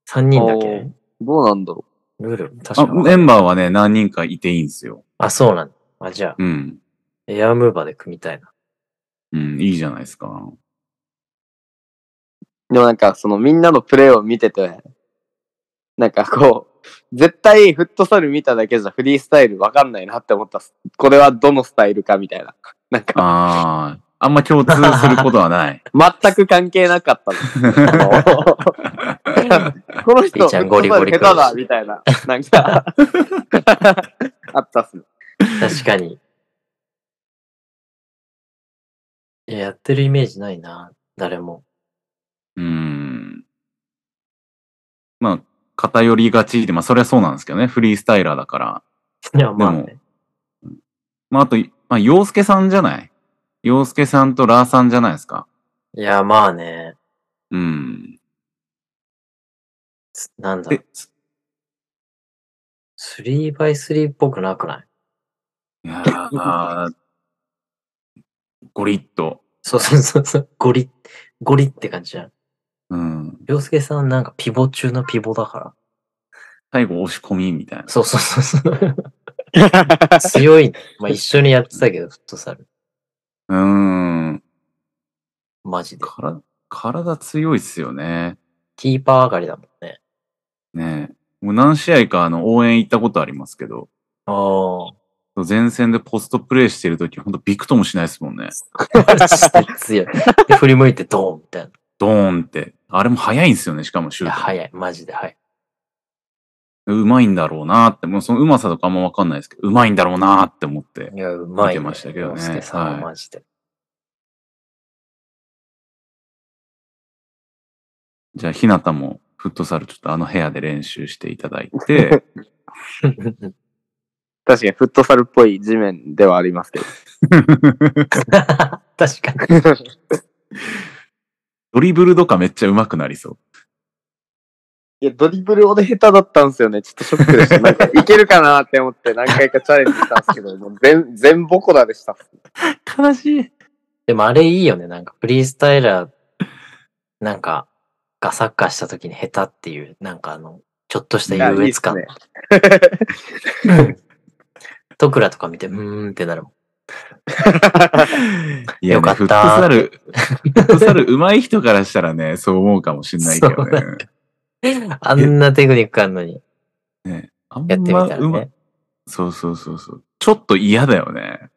S1: ?3 人だっけ
S3: どうなんだろ
S1: ルール確
S2: あ
S1: か
S2: メンバーはね、何人かいていいんですよ。
S1: あ、そうなんだ。あ、じゃあ、
S2: うん。
S1: エアムーバーで組みたいな。
S2: うん、いいじゃないですか。
S3: う。でもなんか、そのみんなのプレーを見てて、なんかこう、絶対フットサル見ただけじゃフリースタイルわかんないなって思ったっす。これはどのスタイルかみたいな。なんか、
S2: ああ、あんま共通することはない。
S3: 全く関係なかったの。この人、
S1: ピーちゃんゴリゴリ
S3: 下手だ、みたいな。なんか、あったっすね。
S1: 確かに。いや、やってるイメージないな。誰も。
S2: うん。まあ、偏りがちで、まあ、それはそうなんですけどね。フリースタイラーだから。
S1: いや、まあね。
S2: まあ、あと、まあ、洋介さんじゃない洋介さんとラーさんじゃないですか。
S1: いや、まあね。
S2: うん。
S1: つなんだろう
S2: で、
S1: 3x3 っぽくなくない
S2: いやー ゴリッと。
S1: そうそうそうそう。ゴリ、ゴリって感じじゃん。
S2: うん。
S1: 洋介さんなんかピボ中のピボだから。
S2: 最後押し込みみたいな。
S1: そうそうそうそう。強いね。まあ一緒にやってたけど、フットサル。
S2: うーん。
S1: マジで。
S2: から体強いっすよね。
S1: キーパー上がりだもんね。
S2: ねえもう何試合かあの応援行ったことありますけど、
S1: あ
S2: 前線でポストプレイしてるとき、ほんとびくともしないですもんね。
S1: あ。マジで強い。 で、振り向いてドーンみたいな。い
S2: ドーンって。あれも早いんですよね、しかもシュ
S1: や、
S2: ート。
S1: 早い。マジで早い。
S2: うまいんだろうなって、もうそのうまさとかあんまわかんないですけど、うまいんだろうなって思って。
S1: いや、うまい、
S2: 見てましたけどね
S1: 洋介さんは
S2: はい
S1: マジで。
S2: じゃあ、ひなたもフットサルちょっとあの部屋で練習していただい て、
S3: 確かにフットサルっぽい地面ではありますけど。
S1: 確かに。
S2: ドリブルとかめっちゃうまくなりそう。
S3: いや、ドリブル俺下手だったんですよね。ちょっとショックでした。なんか、いけるかなって思って何回かチャレンジしたんですけど、もう全、全ボコラでした。
S2: 悲しい。
S1: でもあれいいよね。なんかフリースタイラー、なんか、がサッカーした時に下手っていう、なんかあの、ちょっとした
S3: いや
S1: 優越感。
S3: いいっ
S1: トクラとか見て、うーんってなるもん。
S2: いや、ね、
S1: よかった
S2: フットサル、フットサル上手い人からしたらね、そう思うかもしんないけどね。
S1: あんなテクニックあんのに、
S2: ねあんま
S1: やってみたら
S2: うま
S1: ね。
S2: そうそうそうそう。ちょっと嫌だよ ね。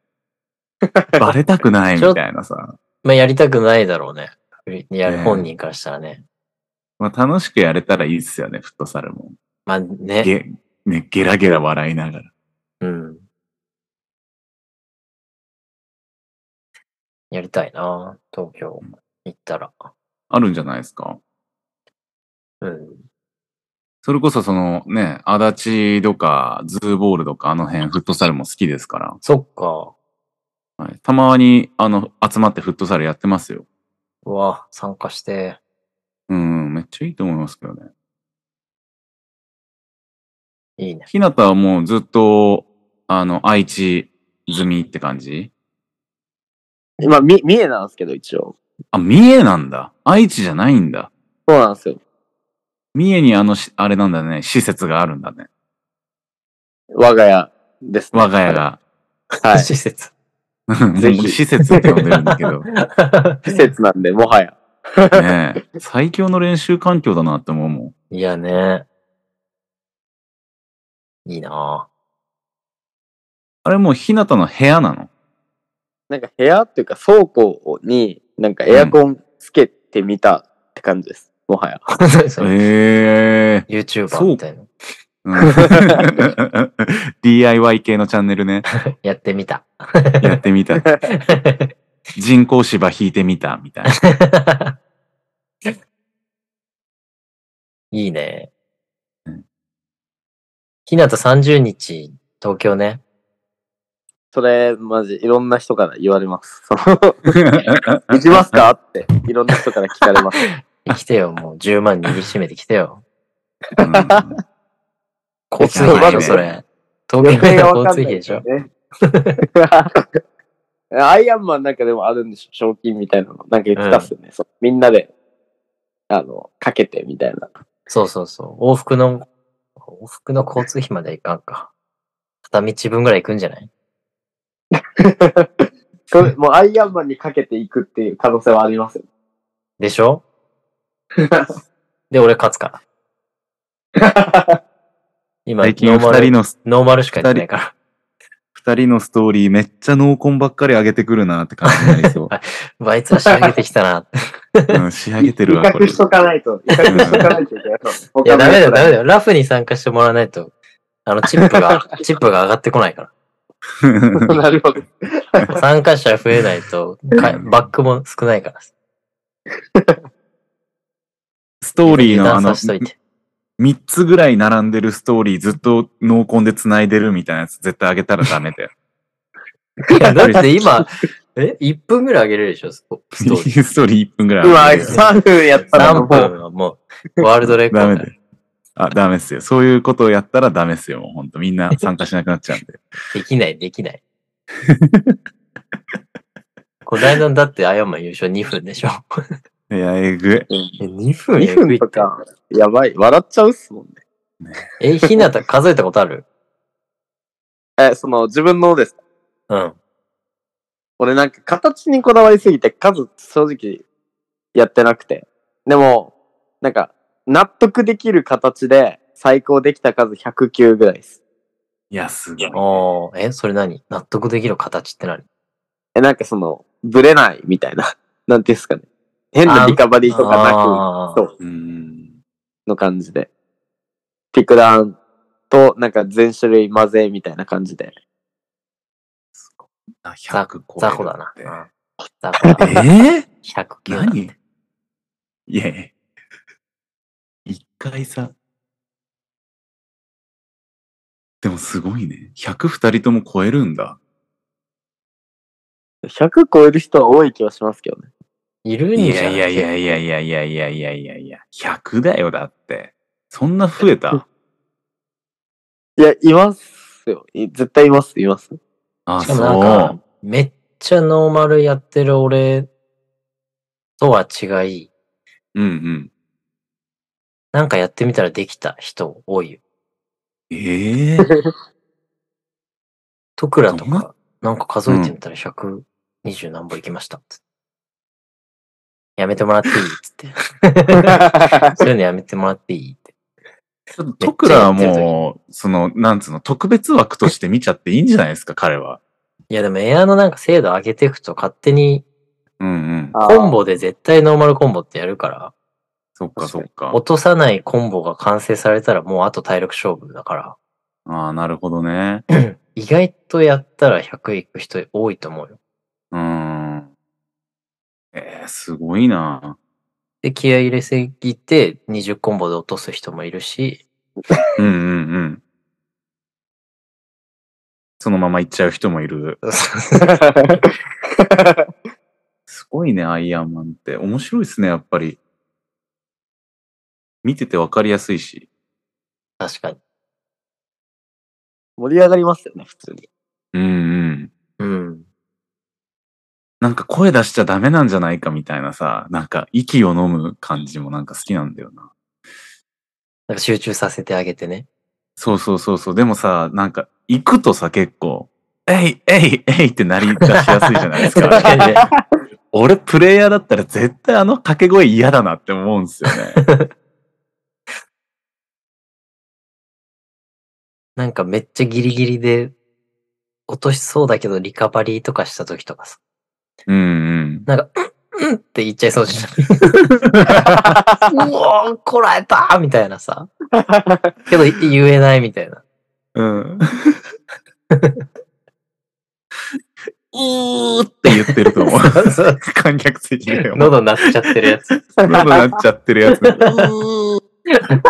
S2: バレたくないみたいなさ。
S1: まあやりたくないだろうね。やる
S2: ね
S1: 本人からしたらね。
S2: まあ、楽しくやれたらいいっすよね、フットサルも。
S1: まあね。
S2: げ、ね、ゲラゲラ笑いながら。
S1: うん。やりたいな東京行ったら。
S2: あるんじゃないですか。
S1: うん。
S2: それこそそのね、足立とか、ズーボールとか、あの辺、フットサルも好きですか
S1: そっか。
S2: ら。はい、たまに、あの、集まってフットサルやってますよ。
S1: うわ、参加して。
S2: うん、めっちゃいいと思いますけどね。
S1: いいね。
S2: ひなたはもうずっと、あの、愛知済みって感じ
S3: 今、み、三重なんですけど、一応。
S2: あ、三重なんだ。愛知じゃないんだ。
S3: そうなんですよ。
S2: 三重にあのし、あれなんだね、施設があるんだね。
S3: 我が家です、ね。
S2: 我が家。 が。
S3: はい。
S1: 施設。
S3: ぜひ
S2: もう施設って呼んでるんだけ ど。
S3: 施設なんで、もはや。
S2: ねえ最強の練習環境だなって思うもん。
S1: いやね。いいな
S2: あれもうひなたの部屋なの。
S3: なんか部屋っていうか倉庫に、なんかエアコンつけてみたって感じです。もはや。
S2: ええ
S1: YouTuber みたいな。
S2: うん DIY 系のチャンネルね。
S1: やってみた。
S2: やって みた。人工芝引いてみた、みたいな。
S1: いいね
S2: うん。
S1: ひなた30日、東京ね。
S3: それ、マジ、いろんな人から言われ ます。その 行きますかって、いろんな人から聞 かれます。
S1: 来てよ、もう10万握りしめて来てよ。
S2: うん
S1: 交通費でしょ、
S2: いや
S1: それ。東京の交通費でしょ。
S3: ね アイアンマンなんかでもあるんでしょ賞金みたいなの。なんか言ってたっすよね。そうみんなで、あの、かけてみたいな。
S1: そうそうそう。往復の、往復の交通費まではいかんか。片道分ぐらい行くんじゃない
S3: それ、もうアイアンマンにかけていくっていう可能性はありますよ。
S1: でしょで、俺勝つから。今、
S2: 最近
S1: ノーマ
S2: 二人
S1: ル、
S2: の、
S1: ノーマルしかやってないから。
S2: 二人のストーリーめっちゃ濃紺ばっかり上げてくるなって感じになり そう。
S1: うわあいつら仕上げてきたな。
S2: うん、仕上げてるわ、こ れ
S3: 威 嚇。しとかないと。威嚇しとかないといけない。
S1: いや、ダメだよ、ダメだよ。ラフに参加してもらわないと、あの、チップ が、チップが上がってこないか
S3: だ よ。なるほど。
S1: ら。参加者増えないと、かバックも少ないから。ス
S2: ストーリーのあの、
S1: しと いて。
S2: 三つぐらい並んでるストーリーずっと濃紺で繋いでるみたいなやつ絶対上げたらダメだ よ。
S1: いや、だって今、え ?1 分ぐらい上げれるでしょ、ストス
S2: ス
S1: ト
S2: ト
S1: ー リー。
S2: ーリー1分ぐらいう
S3: わ、
S2: 上げるよ。
S3: 3分やった
S1: 3
S3: らもう
S1: 分はもう、ワールドレコ
S2: ダメ
S1: ード
S2: だ。よ。あ、ダメっすよ。そういうことをやったらダメっすよ。もうほんとみんな参加しなくなっちゃうんで。
S1: できない、できない。この間だって、アヤマ優勝2分でしょ。
S2: いや、えぐ
S1: え、2分
S3: 2分と。か、やばい。笑っちゃうっすもんね。
S1: え、ひなた数えたことある
S3: え、その、自分のです。
S1: うん。
S3: 俺なんか形にこだわりすぎて数正直やってなくて。でも、なんか納得できる形で最高できた数109ぐらいです。
S2: い。いや、すごい。
S1: おーえ、それ何納得できる形って何
S3: え、なんかその、ブレないみたいな。 なんていうんですかね。変なリカバリーとか
S1: あ
S3: なく、
S1: ー
S3: そう、
S2: うん。
S3: の感じで。ピクダンとなんか全種類混ぜみたいな感じで。
S2: あ
S1: ザ
S2: 100超え
S1: 雑
S2: る
S1: 魚だ
S2: っ
S1: な
S2: て。
S1: うん雑魚 だ。
S2: えー、
S1: 109だ。
S2: 何いやいや。一回さ。でもすごいね。100二人とも超えるんだ。
S3: 100超える人は多い気はしますけどね。
S1: いるん
S2: い
S1: じゃ
S2: や
S1: ない
S2: やいやいやいやいやいやいやいやいや、100だよ、だって。そんな増えた
S3: いや、いますよ。い絶対います、います。
S2: あ、
S1: しかもなんか
S2: そ、
S1: めっちゃノーマルやってる俺とは違い、
S2: う。うんうん。
S1: なんかやってみたらできた人多いよ。
S2: ええ
S1: トクラと
S2: どんな
S1: か、なんか数えてみたら120何本いきましたっつって。やめてもらっていいっつ って。そういうのやめてもらっていいって。
S2: ちょっとトクラはもう、その、なんつうの、特別枠として見ちゃっていいんじゃないですか、彼は。
S1: いやでもエアのなんか精度上げていくと勝手に
S2: うんうん。
S3: あー
S1: コンボで絶対ノーマルコンボってやるから、
S2: そっかそっか。
S1: 落とさないコンボが完成されたらもうあと体力勝負だから。
S2: ああ、なるほどね。
S1: 意外とやったら100いく人多いと思うよ。
S2: うーん。えー、すごいな。
S1: で、気合い入れすぎて20コンボで落とす人もいる し、
S2: うんうんうん。そのまま行っちゃう人もいる。すごいね、アイアンマンって。面白いですね、やっぱり。見ててわかりやすいし。
S1: 確かに。
S3: 盛り上がりますよね、普通に。
S2: うんうん。
S1: うん。
S2: なんか声出しちゃダメなんじゃないかみたいなさ、なんか息を飲む感じもなんか好きなんだよな。
S1: なんか集中させてあげてね。
S2: そうそうそうそう。でもさ、なんか行くとさ、結構、えい、えい、えいってなり出しやすいじゃないです
S1: 確
S2: か。
S1: かにね
S2: 俺プレイヤーだったら絶対あの掛け声嫌だなって思うんですよね。
S1: なんかめっちゃギリギリで落としそうだけどリカバリーとかした時とかさ、
S2: うんうん。
S1: なんか、うんうんって言っちゃいそう じゃないうおー、こらえたーみたいなさ。 けど言えないみたいな。
S2: うん。うーって言ってると思 う。
S1: そうそう
S2: 観客席でよ。
S1: 喉鳴っちゃってるやつ。
S2: 喉鳴っちゃってるやつ。うー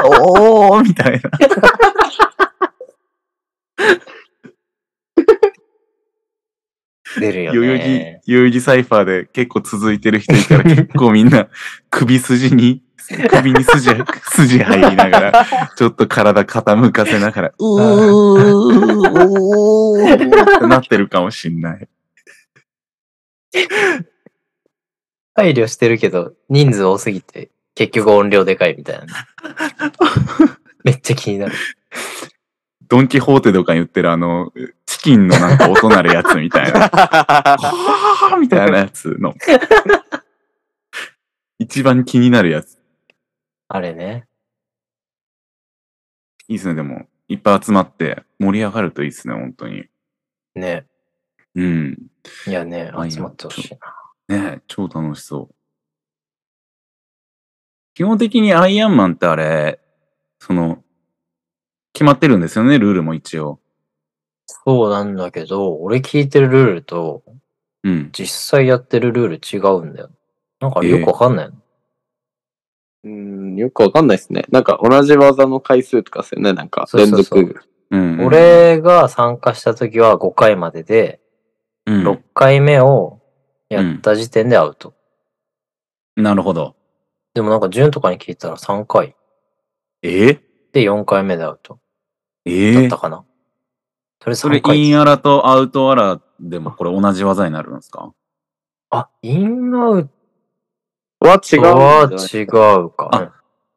S2: おーみたいな。
S1: 出るよ
S2: 代
S1: ね。
S2: 々木、代々木サイファーで結構続いてる人いた ら結構みんな首筋に、首 に筋、筋入りながら、ちょっと体傾かせ ながら、うー、うーってなってるかもしんない。
S1: 配慮してるけど、人数多すぎて、結局音量でかいみたい なね。めっちゃ気になる。
S2: ドンキホーテとかに売ってるあの、チキンのなんか音なるやつみたい な。はぁーみたいなやつの。一番気になるやつ。
S1: あれね。
S2: いいっすね、でも。いっぱい集まって盛り上がるといいっすね、本当に。
S1: ね。
S2: うん。
S1: いやね
S2: まあ、
S1: 集まってほしいな。
S2: ねえ、超楽しそう。基本的にアイアンマンってあれ、その、決まってるんですよね、ルールも一応。
S1: そうなんだけど、俺聞いてるルールと、
S2: うん。
S1: 実際やってるルール違うんだよ。なんかよくわかんないの、
S3: うん、よくわかんないですね。なんか同じ技の回数とかですよね。なんか
S1: そう
S3: 連
S1: そうそう
S3: 続。
S2: うん、うん、
S1: 俺が参加した時は5回までで、
S2: うん
S1: 6回目をやった時点でアウト。
S2: なるほど。
S1: でもなんか順とかに聞いたら3回
S2: え
S1: で4回目でアウト
S2: え
S1: だっ
S2: え
S1: たかな。それ
S2: それ
S1: 3、
S2: イ
S1: 回。
S2: ンアラとアウトアラでもこれ同じ技になるんですか
S1: あ、インアウ
S3: は違
S1: ト
S3: う。
S1: は違うか。
S2: あ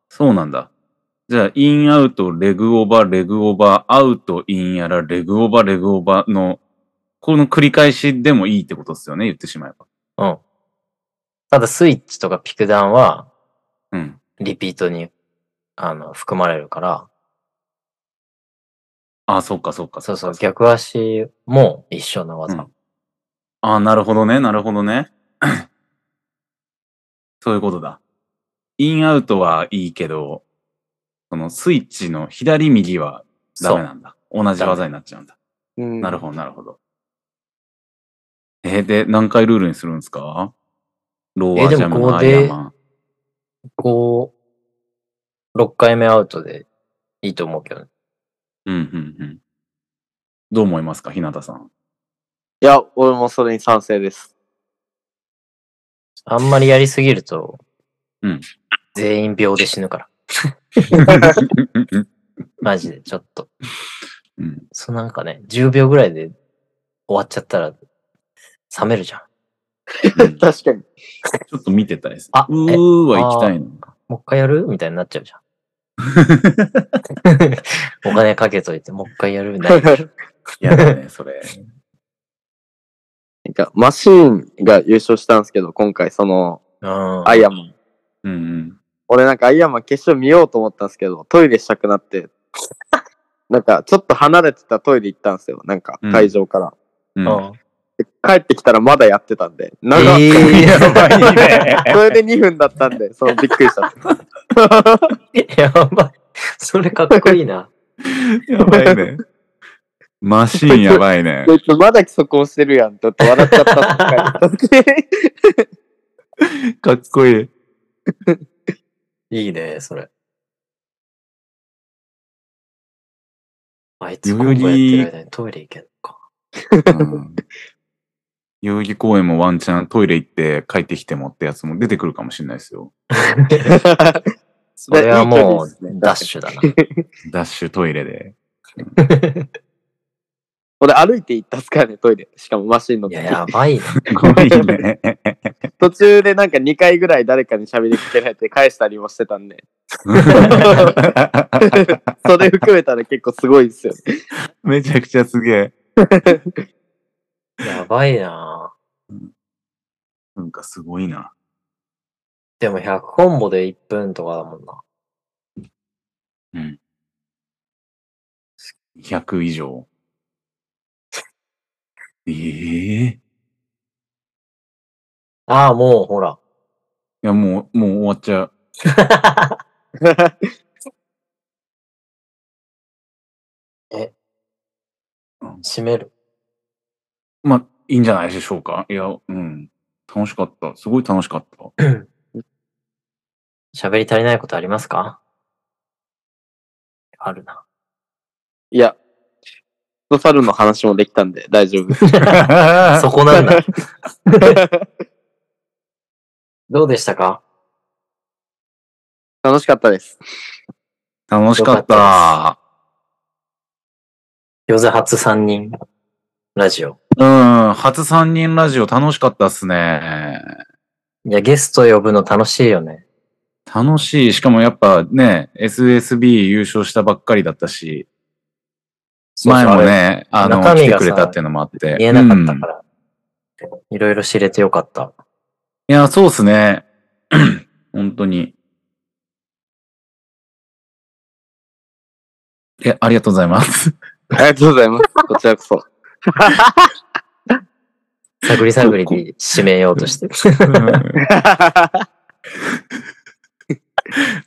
S2: そうなんだ。じゃあ、インアウト、レグオーバー、レグオーバー、アウト、インアラ、レグオーバー、レグオーバーの、この繰り返しでもいいってことですよね、言ってしまえば。
S1: うん。ただスイッチとかピクダンは
S2: うん。
S1: リピートにあの含まれるから、
S2: あ、そっかそっか。
S1: そうそう、逆足も一緒の技。
S2: うんああ、なるほどね、なるほどね。 そういうことだ。インアウトはいいけど、そのスイッチの左右はダ
S1: そ
S2: メ
S1: う。
S2: なんだ。同じ技になっちゃうんだ。な
S3: な
S2: るほど、なるほど。えーで、何回ルールにするんですかローアージャムのアイアンマン。
S1: こう、6回目アウトでいいと思うけどね。
S2: うん、うん、うん。どう思いますか、日向さん。
S3: いや、俺もそれに賛成です。
S1: あんまりやりすぎると、
S2: うん
S1: 全員秒で死ぬから。 マジで、ちょっと。
S2: うん、
S1: そうなんかね、10秒ぐらいで終わっちゃったら、冷めるじゃん。
S2: うんち
S3: 確か に。
S2: ょっと見てたいです。
S1: あえ
S2: うーは行きたいな。
S1: もう一回やるみたいになっちゃ うじゃん。お金かけといて、もう一回やるみたいな。
S2: やだね、それ。
S3: なんか、マシーンが優勝したんですけど、今回その、
S1: うん。
S3: アイアンマン。
S2: うん、うん。
S3: 俺なんかアイアンマン決勝見ようと思ったんですけど、トイレしたくなって、なんか、ちょっと離れてたトイレ行ったんですよ。なんか
S2: う、ん
S3: 会場から。
S2: うん
S1: うん。
S3: で帰ってきたらまだやってたんで、長っ
S1: えー
S2: やばいね。
S3: それで2分だったんで、そのびっくりした。
S1: やばい。それかっこいいな。
S2: やばいね。マシーンやばいね。
S3: こいつまだそこをしてるやんって笑っちゃったっす
S2: かっこいい。
S1: いいね、それ。あい
S2: 代
S1: つ、コ
S2: 々
S1: ン
S2: 木
S1: ボやってる間にトイレ行けんのか。
S2: うん代々木公園もワンチャントイレ行って帰ってきてもってやつも出てくるかもしれないですよ。
S1: それはもう、ダッシュだな。
S2: ダッシュトイレで。
S3: 俺歩いて行ったっすからね、トイレ。しかもマシンの
S1: いや、やばいね。
S2: 怖いね。
S3: 途中でなんか2回ぐらい誰かに喋りかけられて返したりもしてたんで、 それ含めたら結構すごいですよね。
S2: めちゃくちゃすげえ。
S1: やばいな。
S2: なんかすごいな。
S1: でも100コンボで1分とかだもんな。
S2: 100以上。ええい
S1: ああ、もうほら。
S2: や、もう、もう終わっちゃう。
S1: 閉める。
S2: まあ、いいんじゃないでしょうか。いや、うん。楽しかった。すごい楽しかった。
S1: 喋り足りないことありますかあるな。
S3: いや、の猿の話もできたんで大 丈夫。
S1: そこなん だ。どうでしたか
S3: 楽しかったです。
S2: 楽しか
S1: よ
S2: っ
S1: か
S2: た。
S1: ヨゼ初3人ラジオ。
S2: うん、初3人ラジオ楽しかったっすね。
S1: いや、ゲスト呼ぶの楽しいよね。
S2: 楽しい。しかもやっぱね、SSB 優勝したばっかりだったし、前もね、あの、
S1: 中身
S2: 来て
S1: がさ
S2: くれたっていうのもあって。
S1: 言えなかった
S2: うん
S1: から。いろいろ知れてよかった。
S2: いや、そうっすね。 本当に。え、ありがとうござ います。
S3: ありがとうございます。こちらこそ。
S1: 探り探りに締めようと して。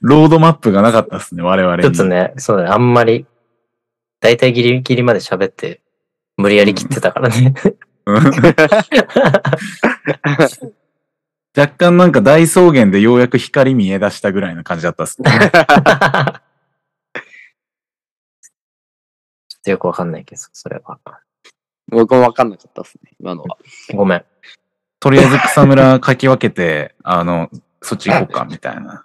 S2: ロードマップがなかったっすね、我々に。
S1: ちょっとね、そうだね、あんまり、だいたいギリギリまで喋って、無理やり切ってたからね。
S2: うん。 若干なんか大草原でようやく光見え出したぐらいの感じだったっすね。
S1: ちょっとよくわかんないけど、それは。
S3: 僕もわかんなかったですね、今の は。
S1: ごめん。
S2: とりあえず草むらかき分けて、あの、そっち行こうか、みたいな。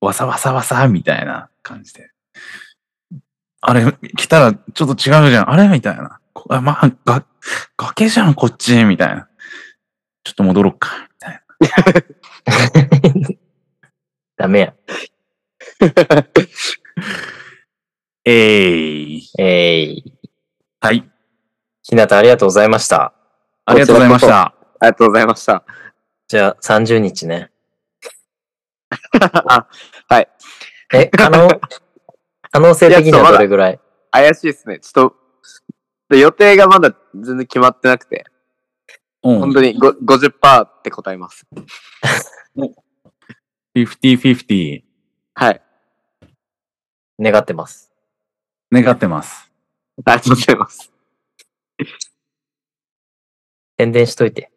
S2: わさわさわさ、みたいな感じで。あれ、来たらちょっと違うじゃん。あれみたいな。こあまあ、が、崖じゃん、こっち、みたいな。ちょっと戻ろっか、みたいな。
S1: ダメや。
S2: えい、
S1: えい、
S2: はい。
S1: ひなたありがとうございました。
S2: ありがとうございました。
S3: ありがとうございました。
S1: じゃあ、30日ね。
S3: あはい。
S1: え、可 能、可能性的にはどれぐらい
S3: 怪しいですね。ちょっと、予定がまだ全然決まってなくて、
S2: うん
S3: 本当にご50%って答えます。
S2: 50-50
S3: はい。
S1: 願ってます。
S2: 願ってます。
S3: ありがとうございます。
S1: 宣伝しといて。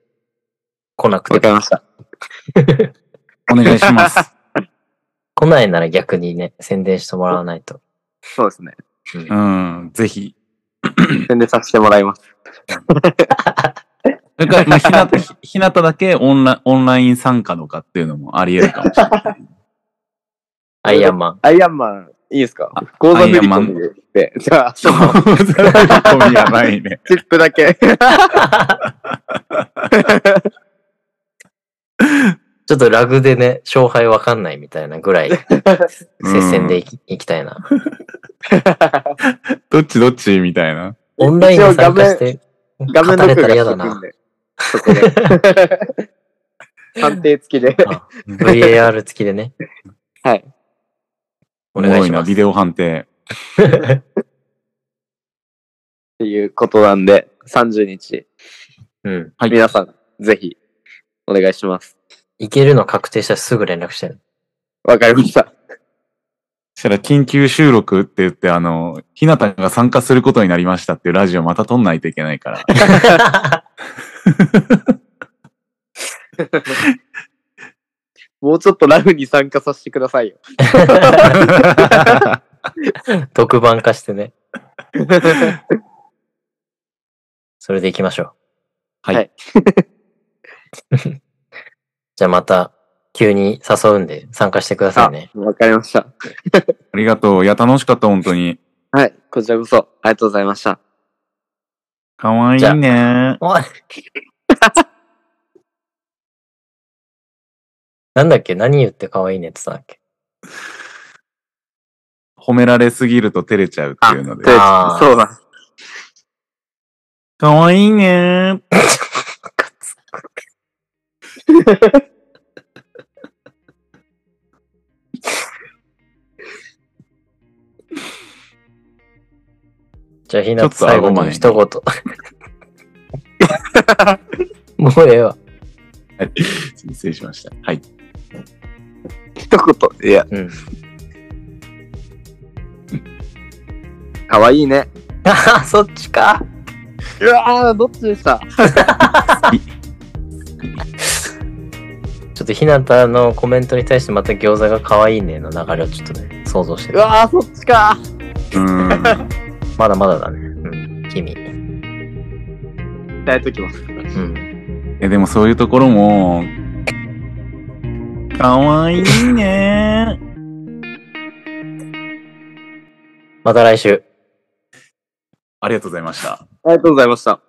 S1: 来なく
S3: わ
S1: て
S3: か
S1: も。
S3: りました。
S2: お願いします。
S1: 来ないなら逆にね、宣伝してもらわないと。
S3: そうですね。
S1: うん
S2: うん、ぜひ。
S3: 宣伝させてもらいます。
S2: それから、まあ、ひなた、ひひなただけオンラオンライン参加とかっていうのもあり得るかもしれない。
S1: アイアンマン。
S3: アイアンマン、いいですか口座振り込みでって。じゃあ、 その
S2: そう。やばいね。
S3: チップだけ。
S1: ちょっとラグでね、勝敗わかんないみたいなぐ らい、接戦でいきいきたいな。
S2: どっちどっちみたいな。
S1: オンラインで参加して、
S3: 画 面
S1: 語れ
S3: 録
S1: た
S3: 画
S1: ら
S3: し
S1: 嫌
S3: と
S1: だ
S3: くん
S1: な。
S3: で。そこで。 判定付きで。
S1: VAR 付きでね。
S3: はい。
S1: お願い
S2: お
S1: し
S2: もろな、
S1: ます
S2: ビ。デオ判定。
S3: っていうことなんで、30日、
S1: うん。
S2: はい
S3: 皆さん、ぜひ、お願いします。
S1: いけるの確定したらすぐ連絡して る。
S3: わかりました。
S2: そしたら、緊急収録って言って、あの、ひなたが参加することになりましたっていうラジオまた撮んないといけないから。
S3: もうちょっとラフに参加させてくださいよ。
S1: 特番化してね。 それで行きましょう。
S2: は い
S3: はい
S1: じゃあまた、急に誘うんで参加してくださいね。
S3: わかりました。
S2: ありがとう。いや、楽しかった、本当に。
S3: はい。こちらこそ、ありがとうございました。
S2: かわいい
S1: じゃあ
S2: ね。
S1: おい なんだっけ何言って可愛いねって言ってたんだっけ
S2: 褒められすぎると照れちゃうっていうので。
S1: あー
S3: そうだ。
S2: かわいいね。
S1: じゃあ、ひなた最後に
S2: ちょ
S1: 一言。 もうええわ。
S2: 失礼しました。はい。
S3: 一言、いや、
S1: うん。
S3: かわいいね。
S1: あそっちか。
S3: うわー、どっちでした
S1: ちょっとひなたのコメントに対してまた餃子が可愛いねの流れをちょっとね、想像して
S3: う
S1: る。
S3: わー、そっちか
S2: うーん。
S1: まだまだだね。うん。日々。
S3: 伝えときます。
S1: うん。
S2: え、でもそういうところも、かわいいね。
S1: また来週。
S2: ありがとうございました。
S3: ありがとうございました。